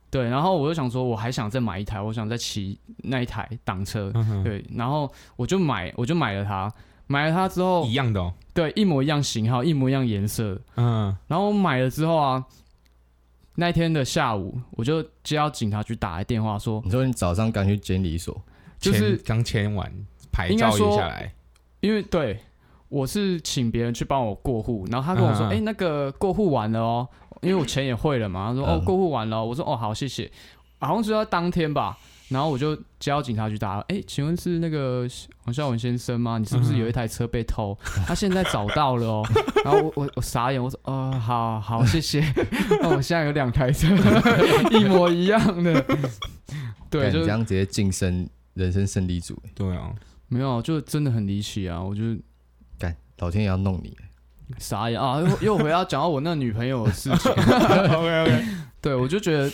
Speaker 3: 对，然后我就想说，我还想再买一台，我想再骑那一台挡车，
Speaker 1: 嗯哼
Speaker 3: 对，然后我就买，我就买了它，买了它之后
Speaker 1: 一，样的哦，
Speaker 3: 对，一模一样型号，一模一样颜色。
Speaker 1: 嗯，
Speaker 3: 然后我买了之后啊，那一天的下午，我就接到警察局打来电话说，
Speaker 2: 哦你说你早上刚去监理所，
Speaker 3: 就是
Speaker 1: 签刚签完牌
Speaker 3: 应该
Speaker 1: 照
Speaker 3: 说
Speaker 1: 印下来，
Speaker 3: 因为对我是请别人去帮我过户，然后他跟我说，
Speaker 1: 嗯嗯
Speaker 3: 哎、那个过户完了哦，因为我钱也汇了嘛，他说哦
Speaker 2: 嗯
Speaker 3: 过户完了哦，我说哦好谢谢，好像是要当天吧。然后我就接到警察局打，哎、请问是那个呃黄孝文先生吗？你是不是有一台车被偷？他现在找到了哦。然后我我我傻眼，我说，哦、好好，谢谢。那我现在有两台车， 一模一样的。对，
Speaker 2: 干你
Speaker 3: 就
Speaker 2: 这
Speaker 3: 是
Speaker 2: 样直接晋升人生胜利组，
Speaker 1: 对啊，
Speaker 3: 没有，就真的很离奇啊！我就
Speaker 2: 干老天也要弄你，
Speaker 3: 哦傻眼啊！又 又回到讲到我那女朋友的事 情。
Speaker 1: OK OK，
Speaker 3: 对，我就觉得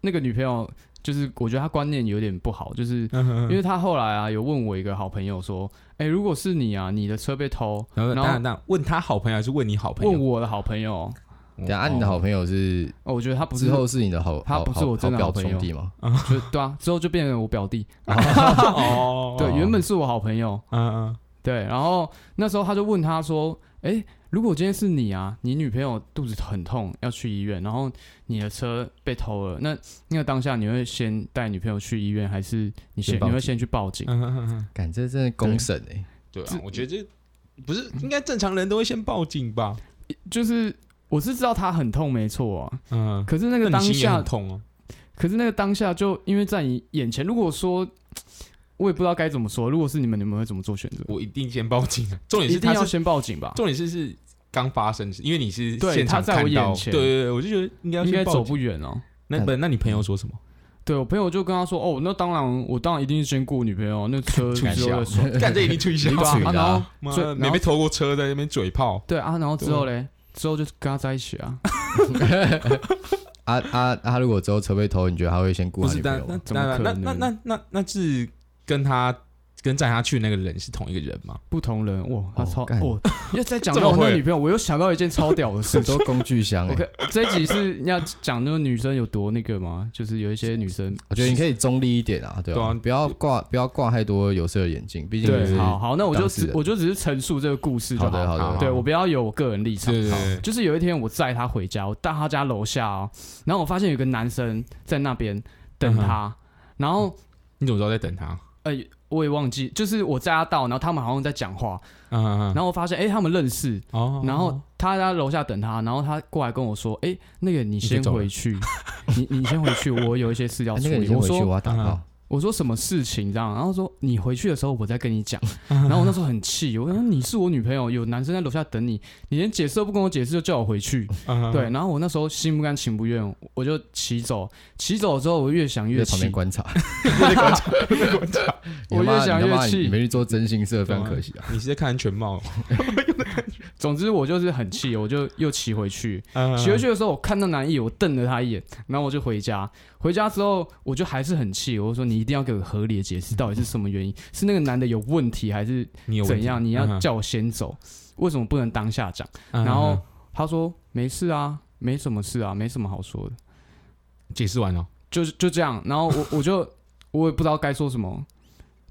Speaker 3: 那个女朋友就是，我觉得她观念有点不好，就是
Speaker 2: 嗯
Speaker 1: 因
Speaker 3: 因为她后来啊有问我一个好朋友说，哎、如果是你啊，你的车被偷，
Speaker 1: 然后
Speaker 3: 然
Speaker 1: 当
Speaker 3: 后
Speaker 1: 然当然问他好朋友还是问你好朋
Speaker 3: 问
Speaker 1: 友，
Speaker 3: 我的好朋友，
Speaker 2: 等下啊你的好朋友是
Speaker 3: 哦，我觉得他不是
Speaker 2: 之后是你的好，
Speaker 3: 他
Speaker 2: 好
Speaker 3: 不是我真的
Speaker 2: 好
Speaker 3: 好
Speaker 2: 表
Speaker 3: 朋
Speaker 2: 兄
Speaker 3: 友
Speaker 2: 弟吗？
Speaker 3: 就对啊，之后就变成我表弟，
Speaker 1: 哦，
Speaker 3: 对，原本是我好朋友，
Speaker 1: 嗯
Speaker 3: 对，然后那时候他就问他说，哎、如果今天是你啊，你女朋友肚子很痛要去医院，然后你的车被偷了，那那个当下你会先带女朋友去医院，还是你
Speaker 2: 先
Speaker 3: 先
Speaker 2: 报
Speaker 3: 你会
Speaker 2: 警
Speaker 3: 先去报警？
Speaker 1: 嗯嗯嗯，
Speaker 2: 干这真的公审哎，
Speaker 1: 对啊，我觉得这不是应该正常人都会先报警吧？
Speaker 3: 就是我是知道他很痛，没错、啊。
Speaker 1: 嗯，
Speaker 3: 可是那个
Speaker 1: 那
Speaker 3: 当
Speaker 1: 你心也
Speaker 3: 下
Speaker 1: 很，痛哦，
Speaker 3: 可是那个当下就因为在你眼前，如果说我也不知道该怎么说，如果是你们，你们会怎么做选择？
Speaker 1: 我一定先报警啊， 重点
Speaker 3: 一
Speaker 1: 是
Speaker 3: 定
Speaker 1: 他
Speaker 3: 要
Speaker 1: 是
Speaker 3: 先报警吧，
Speaker 1: 重点是是刚发生的事，因为你是
Speaker 3: 对
Speaker 1: 现场
Speaker 3: 他在我
Speaker 1: 看到
Speaker 3: 眼前
Speaker 1: 对对对，我就觉得应该要
Speaker 3: 应
Speaker 1: 先
Speaker 3: 该
Speaker 1: 报
Speaker 3: 走
Speaker 1: 警
Speaker 3: 不远哦。
Speaker 1: 那不，那你朋友说什么？
Speaker 3: 对我朋友就跟他说：“哦，那当然，我当然一定是先雇女朋友，那 车
Speaker 1: 促
Speaker 3: 之
Speaker 1: 销
Speaker 3: 后再说。
Speaker 1: 干这一定 吹
Speaker 2: 你
Speaker 1: 箫
Speaker 2: 嘴
Speaker 3: 对 啊，啊
Speaker 2: 的
Speaker 3: 然后
Speaker 2: 啊
Speaker 1: 妈
Speaker 3: 最
Speaker 1: 没
Speaker 3: 然后
Speaker 1: 被偷过车，在那边嘴炮，
Speaker 3: 对啊，然后之后嘞，之后就跟他在一起啊。
Speaker 2: 啊啊啊！如果之后车被偷，你觉得他会先顾
Speaker 1: 不
Speaker 2: 他
Speaker 1: 是？
Speaker 2: 女
Speaker 1: 但
Speaker 2: 朋友
Speaker 1: 那
Speaker 2: 吗？
Speaker 3: 怎么
Speaker 1: 那
Speaker 3: 可
Speaker 1: 那
Speaker 3: 能
Speaker 1: 那那那那是跟他跟载他去那个人是同一个人吗？
Speaker 3: 不同人，哇，他
Speaker 2: 哦
Speaker 3: 超
Speaker 2: 干
Speaker 3: 哇！又在讲
Speaker 1: 这
Speaker 3: 到
Speaker 1: 么
Speaker 3: 我那
Speaker 1: 会
Speaker 3: 女朋友，我又想到一件超屌的 事
Speaker 2: 很多工具箱哎
Speaker 3: OK，，这一集是要讲那个女生有多那个吗？就是有一些女生，
Speaker 2: 我觉得你可以中立一点啊，对
Speaker 1: 对
Speaker 2: 吧
Speaker 1: 啊？
Speaker 2: 不要挂不要挂太多有色的眼镜，毕竟你
Speaker 3: 对，
Speaker 2: 是
Speaker 3: 好好，那我就
Speaker 2: 当事
Speaker 3: 只
Speaker 2: 人
Speaker 3: 我就只是陈述这个故事就
Speaker 2: 好的好的
Speaker 1: 好
Speaker 3: 对我不要有我个人立场。
Speaker 1: 对对
Speaker 3: 好
Speaker 1: 对
Speaker 3: 就是有一天我载她回家，我到她家楼下哦，然后我发现有个男生在那边
Speaker 2: 嗯
Speaker 3: 等她，然后
Speaker 1: 你怎么知道在等他？
Speaker 3: 呃我也忘记，就是我载她到，然后他们好像在讲话，
Speaker 1: 嗯嗯
Speaker 3: 然后我发现哎他们认识，
Speaker 1: 哦
Speaker 3: 然后他在楼下等他，然后他过来跟我说：“哎、那个你先回去， 你你先回去，我有一些事要
Speaker 2: 哎
Speaker 3: 处
Speaker 2: 那个你
Speaker 3: 理。
Speaker 2: 先
Speaker 3: 我
Speaker 2: 回去，啊我
Speaker 3: 说啊
Speaker 2: 要打
Speaker 1: 嗯
Speaker 2: 炮。
Speaker 3: 我说什么事情这样？然后说你回去的时候我再跟你讲。 然后我那时候很气，我说你是我女朋友，有男生在楼下等你，你连解释都不跟我解释就叫我回去。
Speaker 1: 啊
Speaker 2: 嗯
Speaker 3: 对，，然后我那时候心不甘情不愿，我就骑走。骑走之后我越想越
Speaker 2: 在旁
Speaker 3: 气
Speaker 2: 边，观察，
Speaker 3: 我
Speaker 2: 你他妈
Speaker 3: 越想
Speaker 2: 你他
Speaker 3: 越
Speaker 2: 妈
Speaker 3: 气
Speaker 2: 你没去做真心社，非常可惜啊。
Speaker 1: 你是在看安全帽？
Speaker 3: 总之我就是很 气，我就又骑回去。骑
Speaker 1: 学
Speaker 3: 回去的时候，我看到男艺，我瞪了他一眼，然后我就回家。回家之后，我就还是很气，我就说你一定要给我合理的解释，到底是什么原因？是那个男的有问题，还是
Speaker 1: 你嗯有问
Speaker 3: 怎
Speaker 1: 题嗯
Speaker 3: 样？你要，叫我先走，为什么不能当下讲？
Speaker 1: 嗯哼
Speaker 3: 然后
Speaker 1: 嗯
Speaker 3: 他说没事啊，没什么事啊，没什么好说的，
Speaker 1: 哼解释完了，
Speaker 3: 就是就这样。然后我 我就我也不知道该说什么，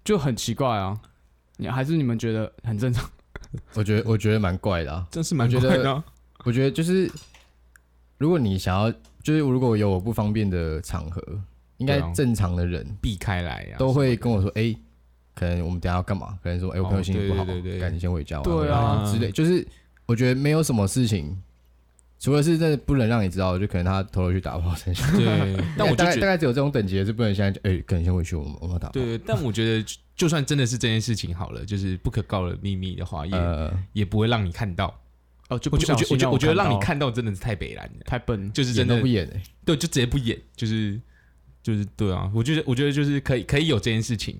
Speaker 3: 就很奇怪啊。你还是你们觉得很正常？
Speaker 2: 我觉得我觉得蛮怪的啊，
Speaker 1: 真是蛮
Speaker 2: 我觉得
Speaker 1: 快的啊。
Speaker 2: 我觉得就是如果你想要，就是如果有我不方便的场合，应该
Speaker 1: 对啊
Speaker 2: 正常的人
Speaker 1: 避开来啊呀、
Speaker 2: 都会跟我说，哎、可能我们等一下要干嘛？可能说，哎、我朋友
Speaker 1: 哦
Speaker 2: 心情不好，
Speaker 1: 对对对
Speaker 2: 赶紧先回家，
Speaker 3: 对
Speaker 1: 啊
Speaker 2: 之类。就是我觉得没有什么事情，除了是真的不能让你知道，就可能他偷偷去打炮生效。
Speaker 1: 对， 但我就
Speaker 2: 大概
Speaker 1: 觉
Speaker 2: 大
Speaker 1: 得，
Speaker 2: 概只有这种等级的，是不能现在就，哎、可能先回去，我们我们要打炮。
Speaker 1: 对，但我觉得就就算真的是这件事情好了，就是不可告的秘密的话，也、
Speaker 2: 呃，
Speaker 1: 也不会让你看到。
Speaker 3: 哦，就
Speaker 1: 我
Speaker 3: 不
Speaker 1: 觉
Speaker 3: 小
Speaker 1: 我觉
Speaker 3: 心
Speaker 1: 我觉
Speaker 3: 让
Speaker 1: 我觉得让你
Speaker 3: 到
Speaker 1: 看到真的是太北蓝了，
Speaker 3: 太笨，
Speaker 1: 就是
Speaker 2: 演
Speaker 1: 真
Speaker 2: 都
Speaker 1: 的
Speaker 2: 不演、欸，
Speaker 1: 对，就直接不演，就是就是对啊，我觉得我觉得就是可以可以有这件事情，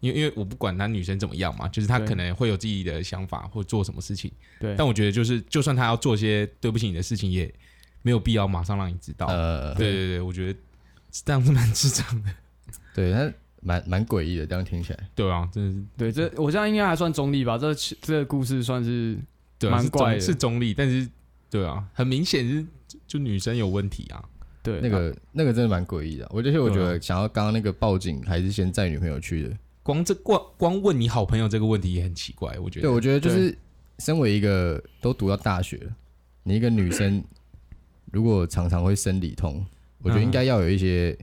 Speaker 1: 因为因为我不管他女生怎么样嘛，就是他
Speaker 3: 对
Speaker 1: 可能会有自己的想法或做什么事情，
Speaker 3: 对，
Speaker 1: 但我觉得就是就算他要做些对不起你的事情，也没有必要马上让你知道。
Speaker 2: 呃，
Speaker 1: 对对对，我觉得这样是蛮智障的。
Speaker 2: 对，他蛮蛮诡异的，这样听起来，
Speaker 1: 对啊，真的是
Speaker 3: 对这我这样应该还算中立吧？这这个故事算是
Speaker 1: 对啊，
Speaker 3: 蛮
Speaker 1: 是中
Speaker 3: 怪的
Speaker 1: 是中立，但是对啊，很明显是就就女生有问题啊。
Speaker 3: 对
Speaker 2: 那个、那个真的蛮诡异的。啊我就是我觉
Speaker 1: 对
Speaker 2: 得想要刚刚那个报警，还是先载女朋友去的。
Speaker 1: 光这光光问你好朋友这个问题也很奇怪，我觉
Speaker 2: 对，
Speaker 1: 得。
Speaker 2: 我觉得就是身为一个都读到大学了，你一个女生如果常常会生理痛，我觉得应该要有一些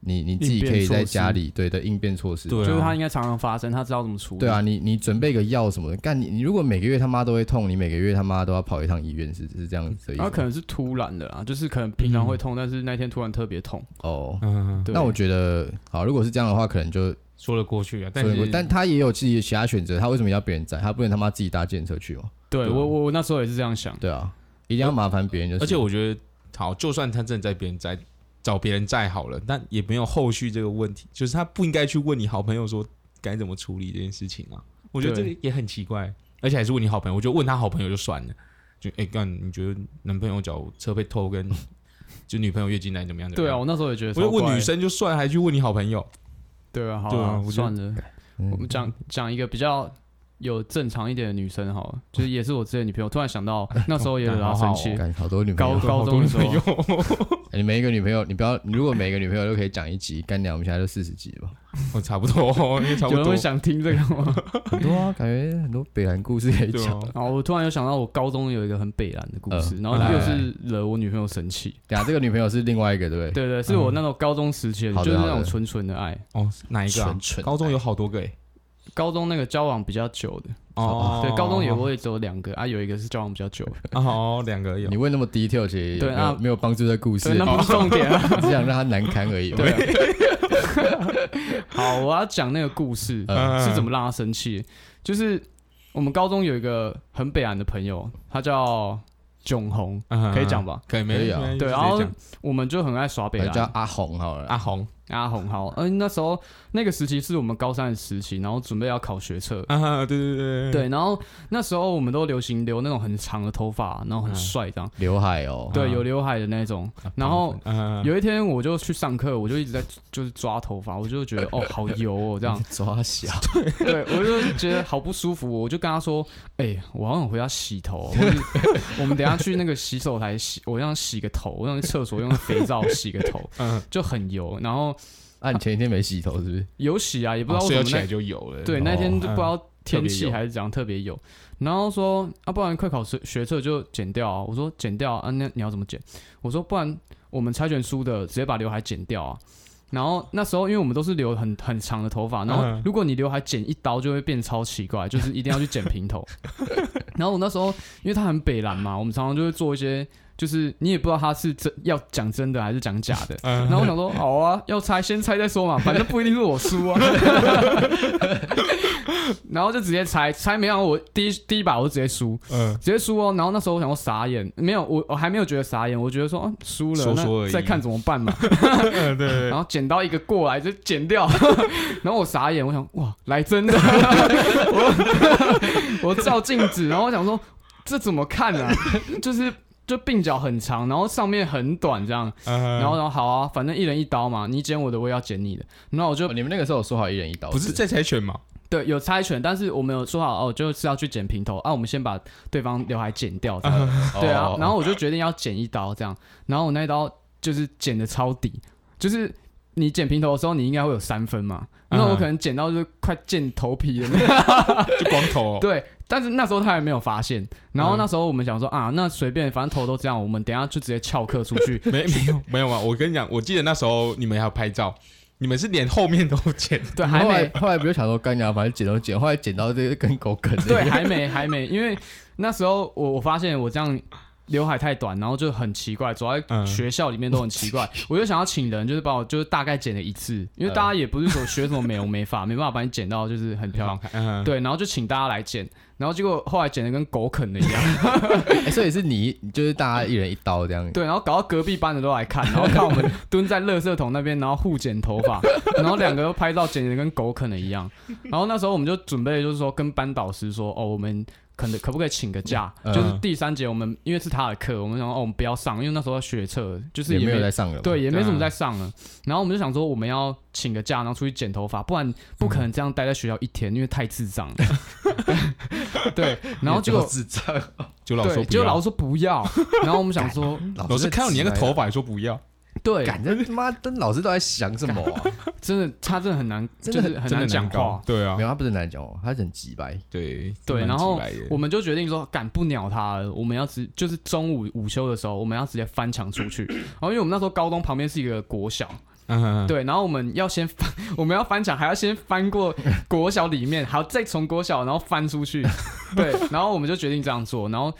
Speaker 2: 你你自己可以在家里对的应变措施。
Speaker 1: 对啊
Speaker 3: 就是他应该常常发生，他知道怎么处理。
Speaker 2: 对啊，，你你准备个药什么的，干你你如果每个月他妈都会痛，你每个月他妈都要跑一趟医院，是是这样子的意
Speaker 3: 然后
Speaker 2: 思
Speaker 3: 啊可能是突然的啦，就是可能平常会痛，但是那天突然特别痛。
Speaker 2: 哦。
Speaker 1: 嗯，
Speaker 3: 对，
Speaker 2: 那我觉得好，如果是这样的话，可能就
Speaker 1: 说得过去啊，但是
Speaker 2: 但他也有自己的其他选择，他为什么要别人载？他不能他妈自己搭建车去吗？
Speaker 3: 对我我我那时候也是这样想。
Speaker 2: 对啊，一定要麻烦别人就是。
Speaker 1: 而且我觉得，好，就算他真的在别人在找别人在好了，但也没有后续这个问题，就是他不应该去问你好朋友说该怎么处理这件事情啊。我觉得这
Speaker 3: 对
Speaker 1: 个也很奇怪，而且还是问你好朋友，我觉得问他好朋友就算了，就哎干、你觉得男朋友脚车被偷跟 就女朋友月经来怎么样？怎么
Speaker 3: 对啊，
Speaker 1: 样，
Speaker 3: 我那时候也觉得。
Speaker 1: 我就问女。生就算，还去问你好朋友，
Speaker 3: 对啊，好
Speaker 1: 对啊
Speaker 3: 啊
Speaker 1: 我，觉得
Speaker 3: 算了。
Speaker 2: 嗯
Speaker 3: 我们讲讲一个比较有正常一点的女生好了，就是也是我之前的女朋友。突然想到那时候也惹她生气，
Speaker 2: 干好多女朋友
Speaker 3: 高高中的时 候，
Speaker 1: 友，
Speaker 2: 欸你每一个女朋友，你不要，你如果每一个女朋友都可以讲一集，干娘我们现在就四十集 吧，
Speaker 1: 我哦差不多，因为差不
Speaker 3: 有人
Speaker 1: 多
Speaker 3: 会。想听这个吗？
Speaker 2: 很多啊，感觉很多北兰故事可以
Speaker 1: 对
Speaker 2: 讲。
Speaker 1: 哦，
Speaker 3: 然后我突然有想到，我高中有一个很北蓝的故事，
Speaker 2: 呃
Speaker 3: 然后
Speaker 1: 来
Speaker 3: 又
Speaker 1: 来
Speaker 3: 是惹我女朋友生气。
Speaker 2: 俩、这个女朋友是另外一个，对不对？
Speaker 3: 对对，啊是我那种高中时期的，
Speaker 2: 好的
Speaker 3: 就是那
Speaker 2: 好
Speaker 3: 种
Speaker 2: 的
Speaker 3: 纯纯的爱。
Speaker 1: 哦，哪一个啊
Speaker 2: 纯？纯
Speaker 1: 高中有好多个哎。
Speaker 3: 高中那个交往比较久的，
Speaker 1: 哦，
Speaker 3: 对，高中也我也只有两个啊，有一个是交往比较久的，
Speaker 1: 哦，两个有
Speaker 2: 你。问那么 detail，其实也
Speaker 3: 对
Speaker 2: 没
Speaker 3: 那
Speaker 2: 有没有帮助这故事
Speaker 3: 对，，那不是重点啊。
Speaker 2: 只想让她难堪而已。
Speaker 3: 对， 啊好，我要讲那个故事
Speaker 1: 嗯
Speaker 3: 呃
Speaker 2: 呃
Speaker 3: 是怎么让他生气，就是我们高中有一个很北岸的朋友，他叫囧红，
Speaker 1: 嗯
Speaker 3: 可以讲吧？
Speaker 1: 可以，没
Speaker 2: 可以啊
Speaker 1: 没
Speaker 3: 对，
Speaker 1: 直接
Speaker 3: 然后
Speaker 1: 讲
Speaker 3: 我们就很爱耍北
Speaker 2: 我叫
Speaker 3: 岸。
Speaker 2: 阿红好
Speaker 3: 啊
Speaker 2: 了。
Speaker 1: 阿红，
Speaker 3: 阿红好，嗯、那时候那个时期是我们高三的时期，然后准备要考学测，
Speaker 1: 啊，对对
Speaker 2: 嗯
Speaker 1: 对，
Speaker 3: 对，然后那时候我们都流行留那种很长的头发，然后
Speaker 2: 嗯
Speaker 3: 很帅这样，
Speaker 2: 刘海哦，，
Speaker 3: 对，
Speaker 1: 嗯
Speaker 3: 有刘海的那种。然后
Speaker 1: 嗯，
Speaker 3: 有一天我就去上课，我就一直在就是抓头发，我就觉 得哦好油哦这样
Speaker 2: 抓小，
Speaker 3: 对我就觉得好不舒服，我就跟他说，哎、我好想回家洗头，哦或是 我们等一下去那个洗手台洗，我想洗个头，我想去厕所用肥皂洗个头，
Speaker 1: 嗯，
Speaker 3: 就很油。然后
Speaker 2: 啊，你前一天没洗头是不是？
Speaker 3: 有洗啊，也不知
Speaker 1: 哦
Speaker 3: 道
Speaker 1: 睡
Speaker 3: 为
Speaker 1: 到
Speaker 3: 什
Speaker 1: 起
Speaker 3: 么那
Speaker 1: 来就有了，
Speaker 3: 对，
Speaker 2: 哦
Speaker 3: 那天就不知道天
Speaker 1: 特别
Speaker 3: 气
Speaker 1: 有
Speaker 3: 还是怎样特别有，然后说啊，不然快考学学测就剪掉啊。我说剪掉啊，啊那你要怎么剪？我说不然我们猜拳输的直接把刘海剪掉啊。然后那时候因为我们都是留很很长的头发，然后
Speaker 1: 嗯
Speaker 3: 如果你刘海剪一刀就会变超奇怪，就是一定要去剪 平头。然后我那时候因为他很北蓝嘛，我们常常就会做一些，就是你也不知道他是真要讲真的还是讲假的。
Speaker 1: 嗯
Speaker 3: 然后我想说，好啊，要猜先猜再说嘛，反正不一定是我输 啊。然后就直接猜，猜没有我第一第一把我就直接输，
Speaker 1: 嗯，
Speaker 3: 直接输哦。然后那时候我想说傻眼，没有我我还没有觉得傻眼，我觉得说哦输了，
Speaker 1: 说说而
Speaker 3: 那
Speaker 1: 已
Speaker 3: 再看怎么 办嘛。
Speaker 1: 对对，
Speaker 3: 然后剪刀一个过来就剪掉， 然后我傻眼，我想哇来真的， 我我照镜子，然后我想说这怎么看啊？ 就是就鬓角很长，然后上面很短这样。然
Speaker 1: 然
Speaker 3: 后然后好啊，反正一人一刀嘛，你剪我的，我也要剪你的。然后我就
Speaker 2: 哦你们那个时候有说好一人一刀，
Speaker 1: 不是在猜拳 嘛，
Speaker 3: 对有猜拳，但是我们有说好哦，就是要去剪平头啊，我们先把对方刘海剪掉这样。
Speaker 2: 哦
Speaker 3: 对啊，然后我就决定要剪一刀这样，然后我那一刀就是剪的超底，就是你捡平头的时候，你应该会有三分嘛。
Speaker 1: 嗯
Speaker 3: 那我可能捡到就是快见头皮的那个，
Speaker 1: 就光头、哦，
Speaker 3: 对。但是那时候他还没有发现，然后
Speaker 1: 嗯。
Speaker 3: 那时候我们想说啊，那随便，反正头都这样，我们等一下就直接翘课出去
Speaker 1: 没没有没有啊嘛。我跟你讲，我记得那时候你们还有拍照，你们是连后面都剪，
Speaker 3: 对，还
Speaker 2: 后来
Speaker 3: 没，
Speaker 2: 后来不就想说干呀，反正剪都剪，后来剪到这个跟狗啃的
Speaker 3: 对，
Speaker 2: 一样。
Speaker 3: 还没，还没，因为那时候我我发现我这样刘海太短，然后就很奇怪，主要在
Speaker 1: 嗯
Speaker 3: 学校里面都很奇怪。我就想要请人，就是把我就是大概剪了一次，因为大家也不是说学什么美容美发，没 办法把你剪到就是很漂亮
Speaker 1: 好。看。嗯，
Speaker 3: 对，然后就请大家来剪，然后结果后来剪的跟狗啃的一样，
Speaker 2: 欸所以是你就是大家一人一刀这样。
Speaker 3: 对，然后搞到隔壁班的都来看，然后看我们蹲在垃圾桶那边，然后互剪头发，然后两个都拍照剪的跟狗啃的一样，然后那时候我们就准备就是说跟班导师说，哦，我们。可能可不可以请个假？
Speaker 2: 嗯
Speaker 3: 就是第三节我们因为是他的课，我们想说哦，我们不要上，因为那时候要学测，就是
Speaker 2: 也
Speaker 3: 也
Speaker 2: 没有
Speaker 3: 没
Speaker 2: 在上了嘛。
Speaker 3: 对，也没什么
Speaker 1: 嗯
Speaker 3: 在上了。然后我们就想说，我们要请个假，然后出去剪头发，不然不可能这样待在学校一天，因为太智障了。 对，然后结
Speaker 2: 有
Speaker 3: 果
Speaker 2: 多智障，
Speaker 1: 就老说
Speaker 3: 对，
Speaker 1: 不
Speaker 3: 结果
Speaker 1: 要
Speaker 3: 老师说不要，然后我们想 说，
Speaker 1: 老师看到你那个头哎
Speaker 2: 发，
Speaker 1: 发也说不要，
Speaker 3: 对，
Speaker 2: 感觉他妈的老师都在想什么啊？
Speaker 3: 真的他真的很难，
Speaker 2: 真
Speaker 3: 就
Speaker 2: 的很
Speaker 3: 是很
Speaker 1: 真的
Speaker 3: 难讲
Speaker 1: 搞
Speaker 3: 话。
Speaker 1: 对啊
Speaker 2: 没，有，他不是很难讲哦，他是很直白。
Speaker 1: 对
Speaker 3: 对
Speaker 1: 蛮
Speaker 3: 然后
Speaker 1: 直白的
Speaker 3: 我们就决定说，敢不鸟他了，我们要直就是中午午休的时候，我们要直接翻墙出去。然后因为我们那时候高中旁边是一个国小，
Speaker 1: 嗯嗯，嗯，
Speaker 3: 对，然后我们要先翻， 我们要翻墙，还要先翻过国小里面，还要再从国小然后翻出去，对，然后我们就决定这样做，然后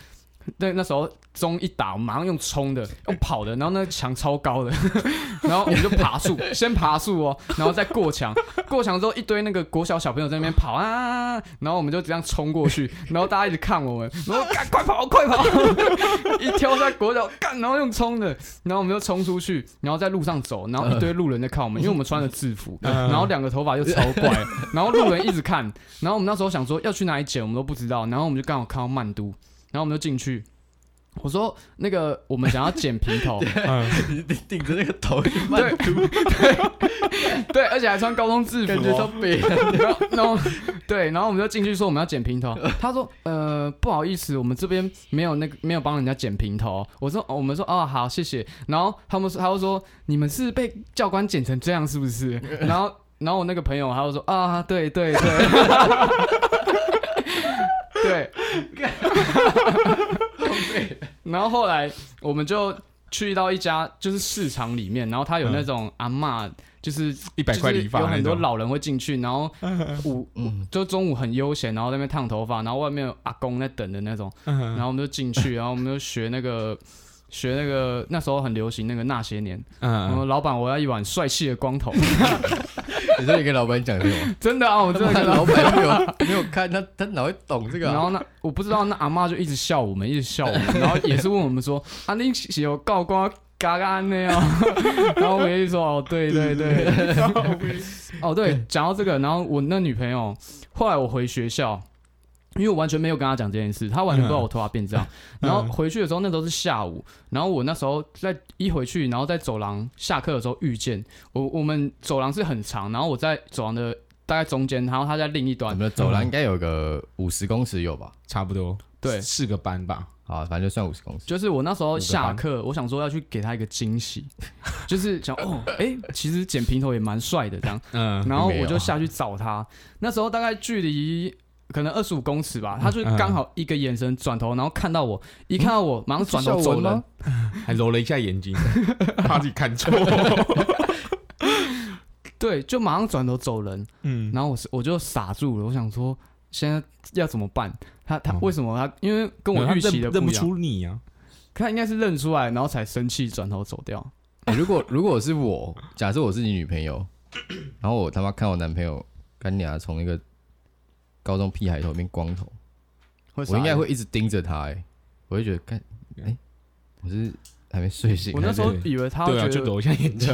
Speaker 3: 对那时候钟一打，我们马上用冲的，用跑的，然后那个墙超高的， 然后我们就爬树，先爬树哦，然后再过墙，过墙之后一堆那个国小小朋友在那边跑啊，然后我们就这样冲过去，然后大家一直看我们，然后赶快跑快跑， 一挑在国脚干，然后用冲的，然后我们就冲出去，然后在路上走，然后一堆路人在看我们，因为我们穿了制服，
Speaker 1: 嗯
Speaker 3: 然后两个头发又超怪，然后路人一直看，然后我们那时候想说要去哪里剪，我们都不知道，然后我们就刚好看到曼都，然后我们就进去。我说那个，我们想要剪平头，
Speaker 1: 嗯
Speaker 2: 你 顶着那个头，
Speaker 3: 对， 对，而且还穿高中制服、哦，
Speaker 2: 感觉到北 了。
Speaker 3: 然后，然后，对，然后我们就进去说我们要剪平头。他说，呃，不好意思，我们这边没有那个没有帮人家剪平头。我说，哦我们说，哦，好，谢谢。然后他们说，他就说，你们是被教官剪成这样是不是？然后，然后我那个朋友他就说，啊，对对对，对。 然后后来我们就去到一家就是市场里面，然后他有那种阿嬷，就是
Speaker 1: 一百块理发
Speaker 3: 就是有
Speaker 1: 那
Speaker 3: 很多
Speaker 1: 种，
Speaker 3: 老人会进去，然 后午
Speaker 2: 嗯，
Speaker 3: 就中午很悠闲，然后在那边烫头发，然后外面有阿公在等的那种，
Speaker 1: 嗯嗯
Speaker 3: 然后我们就 进去，然后我们就学那个学那个那时候很流行那个那些年，
Speaker 1: 嗯
Speaker 3: 然 后老板我要一碗帅气的光头，
Speaker 2: 你说你跟老板讲什么？
Speaker 3: 真的啊，我真的
Speaker 2: 他
Speaker 3: 看
Speaker 2: 老
Speaker 3: 到。
Speaker 2: 板没有没有看，他他哪会懂这个
Speaker 3: 然
Speaker 2: 啊？
Speaker 3: 后那我不知道，那阿妈就一直笑我们，一直笑 我们，然后也是问我们说：“啊，你是有告光嘎嘎那样？”哦 然后我也说：“哦，对对对， 哦对，讲到这个，然后我那女朋友，后来我回学校，因为我完全没有跟她讲这件事，她完全不知道我头发变这样。
Speaker 1: 嗯
Speaker 3: 然后回去的时候，那时候是下午，然后我那时候在一回去，然后在走廊下课的时候遇见我，我们走廊是很长，然后我在走廊的大概中间，然后她在另一
Speaker 2: 我
Speaker 3: 端
Speaker 2: 们，的走廊应该有个五十公尺有吧？
Speaker 1: 差不多
Speaker 3: 对。
Speaker 1: 四个班吧，
Speaker 2: 好，反正就算五十公尺。
Speaker 3: 就是我那时候
Speaker 1: 五
Speaker 3: 下
Speaker 1: 个
Speaker 3: 课，我想说要去给他一个惊喜，就是想哦，哎、其实剪平头也蛮帅的这样，
Speaker 1: 嗯
Speaker 3: 然后
Speaker 2: 没有
Speaker 3: 我就下去找他。那时候大概距离可能二十五公尺吧，他就
Speaker 1: 嗯
Speaker 3: 刚好一个眼神转头，然后看到我，一看到我马上转头走人。？
Speaker 1: 还揉了一下 眼睛，怕自己看 错，
Speaker 3: 对，就马上转头走人。
Speaker 1: 嗯，
Speaker 3: 然后我是我就傻住了，我想说现在要怎么办？他他
Speaker 1: 嗯
Speaker 3: 为什么他？因为跟
Speaker 1: 没
Speaker 3: 我
Speaker 1: 有
Speaker 3: 预
Speaker 1: 他
Speaker 3: 期的
Speaker 1: 认认
Speaker 3: 不
Speaker 1: 不
Speaker 3: 一样，
Speaker 1: 出你啊，
Speaker 3: 他应该是认出来，然后才生气转头走掉。
Speaker 2: 欸如果如果是我，假设我是你女朋友，然后我他妈看我男朋友干娘从一个高中屁孩头变光头，我应该会一直盯着他、欸，我会觉得干，哎、
Speaker 1: 嗯
Speaker 2: 我是还没睡醒，
Speaker 3: 我那时候
Speaker 1: 对
Speaker 3: 以为他会
Speaker 1: 对啊，
Speaker 3: 觉
Speaker 1: 就
Speaker 3: 得，
Speaker 1: 揉一下眼 睛，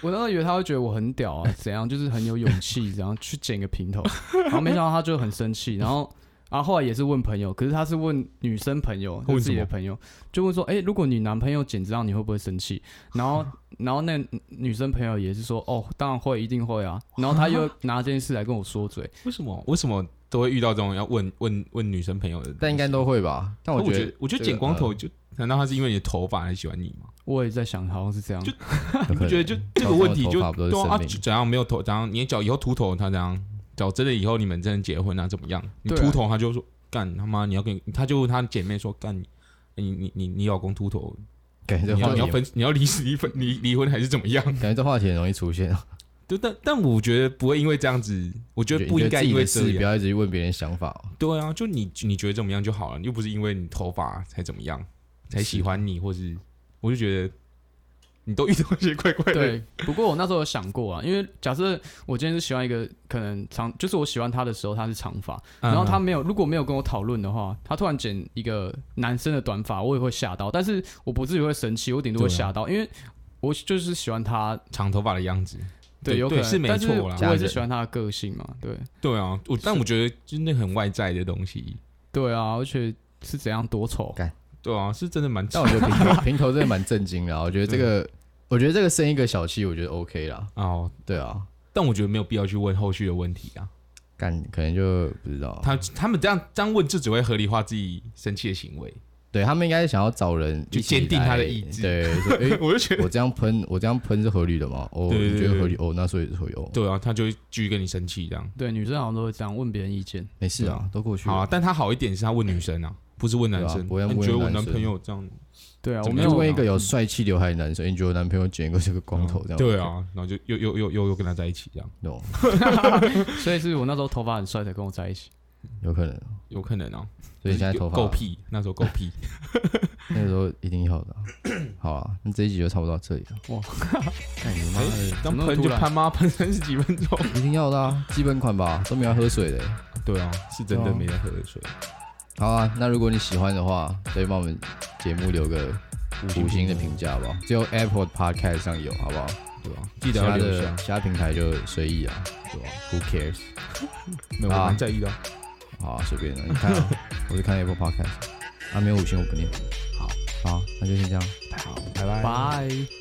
Speaker 3: 我那时候以为他会觉得我很屌啊，怎样，就是很有勇气，然后去剪个平头，然后没想到他就很生气，然后然后后来也是问朋友，可是他是问女生朋友，
Speaker 1: 问
Speaker 3: 就自己
Speaker 1: 什
Speaker 3: 的
Speaker 1: 么
Speaker 3: 朋友，就问说，哎、如果你男朋友剪这样，你会不会生气？然后，然后那女生朋友也是说，哦，当然会，一定会啊。然后他又拿这件事来跟我说嘴，
Speaker 1: 为什么为什么都会遇到这种要问问问女生朋友的？
Speaker 2: 但应该都会吧？但
Speaker 1: 我
Speaker 2: 我
Speaker 1: 觉
Speaker 2: 觉
Speaker 1: 得
Speaker 2: 得，
Speaker 1: 我觉得
Speaker 2: 这个
Speaker 1: 剪
Speaker 2: 呃
Speaker 1: 光头就难道他是因为你的头发还喜欢你吗？
Speaker 3: 我也在想，好像是这样。
Speaker 2: 你
Speaker 1: 我觉得就这个问题就
Speaker 2: 头发不都是
Speaker 1: 对啊，
Speaker 2: 生
Speaker 1: 啊
Speaker 2: 命
Speaker 1: 就怎样没有头，怎样你脚以后秃头，他怎样？脚真的以后你们真的结婚啊，怎么样？你
Speaker 3: 对啊
Speaker 1: 秃头，他就说干他妈你要跟，他就问他姐妹说干你你你你你老公秃头，
Speaker 2: 感觉这
Speaker 1: 你要
Speaker 2: 话
Speaker 1: 你要
Speaker 2: 题，
Speaker 1: 分你要离离婚离离婚还是怎么样？
Speaker 2: 感觉这话题很容易出现。
Speaker 1: 对，但但我觉得不会因为这样子，我觉得
Speaker 2: 你
Speaker 1: 不应
Speaker 2: 自
Speaker 1: 该
Speaker 2: 己
Speaker 1: 因
Speaker 2: 的
Speaker 1: 为
Speaker 2: 事
Speaker 1: 这
Speaker 2: 不
Speaker 1: 样。
Speaker 2: 要一直去问别人想法哦。
Speaker 1: 对啊，就你你觉得怎么样就好了，又不是因为你头发才怎么样才喜欢你，或是我就觉得你都遇到一些怪怪的，
Speaker 3: 对，不过我那时候有想过啊，因为假设我今天是喜欢一个可能长，就是我喜欢他的时候他是长发，
Speaker 1: 嗯
Speaker 3: 然后他没有如果没有跟我讨论的话，他突然剪一个男生的短发，我也会吓到，但是我不至于会生气，我顶多会
Speaker 1: 对啊
Speaker 3: 吓到，因为我就是喜欢他，
Speaker 1: 长头发的样子。
Speaker 3: 对，
Speaker 1: 对
Speaker 3: 有可
Speaker 1: 对
Speaker 3: 能
Speaker 1: 是没
Speaker 3: 但
Speaker 1: 错啦
Speaker 3: 我
Speaker 2: 家
Speaker 3: 也是
Speaker 2: 人
Speaker 3: 喜欢他的个性嘛，对，
Speaker 1: 对啊，我但我觉得就那很外在的东西，
Speaker 3: 对啊，而且是怎样多丑，
Speaker 1: 对啊，是真的蛮糟
Speaker 2: 但我觉得平 头平头真的蛮震惊的啊，我觉得
Speaker 1: 嗯
Speaker 2: 这个，我觉得这个生一个小气，我觉得 OK 啦。
Speaker 1: 哦。
Speaker 2: 对啊，
Speaker 1: 但我觉得没有必要去问后续的问题啊。
Speaker 2: 干可能就不知道，啊
Speaker 1: 他他们这样这样问，就只会合理化自己生气的行为。
Speaker 2: 对他们应该想要找人
Speaker 1: 就
Speaker 2: 一起来
Speaker 1: 坚定他的意志
Speaker 2: 对， 说诶
Speaker 1: 我就觉得，
Speaker 2: 我这样喷，我这样喷是合理的吗？哦，
Speaker 1: 对对
Speaker 2: 你觉
Speaker 1: 对
Speaker 2: 得
Speaker 1: 对
Speaker 2: 合理？哦，那所以是合理哦，
Speaker 1: 对啊，他就会继续跟你生气这样。
Speaker 3: 对，女生好像都会这样问别人意见，
Speaker 2: 没事啊，都过去
Speaker 1: 好啊
Speaker 2: 了。，
Speaker 1: 但他好一点是他问女生啊，不是问男
Speaker 2: 对
Speaker 1: 生。
Speaker 2: 啊不会
Speaker 1: 那你
Speaker 2: 问
Speaker 1: 觉得我
Speaker 2: 男
Speaker 1: 男
Speaker 2: 生
Speaker 1: 朋友这样
Speaker 3: 对啊，我
Speaker 1: 怎么
Speaker 2: 你
Speaker 3: 没
Speaker 1: 样
Speaker 3: 有
Speaker 2: 就问一个有帅气刘海的男生，诶你觉得我男朋友剪一个这个光头这样？哦
Speaker 1: 对，啊，然后就又又又又又跟他在一起这样，
Speaker 2: 有
Speaker 3: 所以是我那时候头发很帅才跟我在一起。
Speaker 2: 有可能。
Speaker 1: 有可能啊。
Speaker 2: 所以现在头发
Speaker 1: 够，屁，那时候够屁。
Speaker 2: 那个时候一定要 的啊。好啊，那这一集就差不多到这里了。
Speaker 3: 哇，
Speaker 2: 看你妈的，
Speaker 1: 当
Speaker 3: 怎么那么
Speaker 1: 喷就
Speaker 3: 突然
Speaker 1: 喷妈哎喷三十几分钟。
Speaker 2: 一定要的啊，基本款吧，都没有要喝水的。
Speaker 1: 对啊，是真的
Speaker 2: 对啊
Speaker 1: 没在喝水。
Speaker 2: 好啊，那如果你喜欢的话，可以帮我们节目留个五星的评价吧，只有 Apple Podcast 上有，好不好？
Speaker 1: 对啊，记
Speaker 2: 其
Speaker 1: 得要
Speaker 2: 他
Speaker 1: 留下
Speaker 2: 的。其他平台就随意啊，对吧？Who cares？
Speaker 1: 没有，我
Speaker 2: 啊
Speaker 1: 蛮在意的啊。
Speaker 2: 好、啊，随便的，你看、啊，我是看 Apple Podcast，啊，没有五星我不念。好，好，那就先这样，
Speaker 1: 好，拜拜。
Speaker 3: 拜。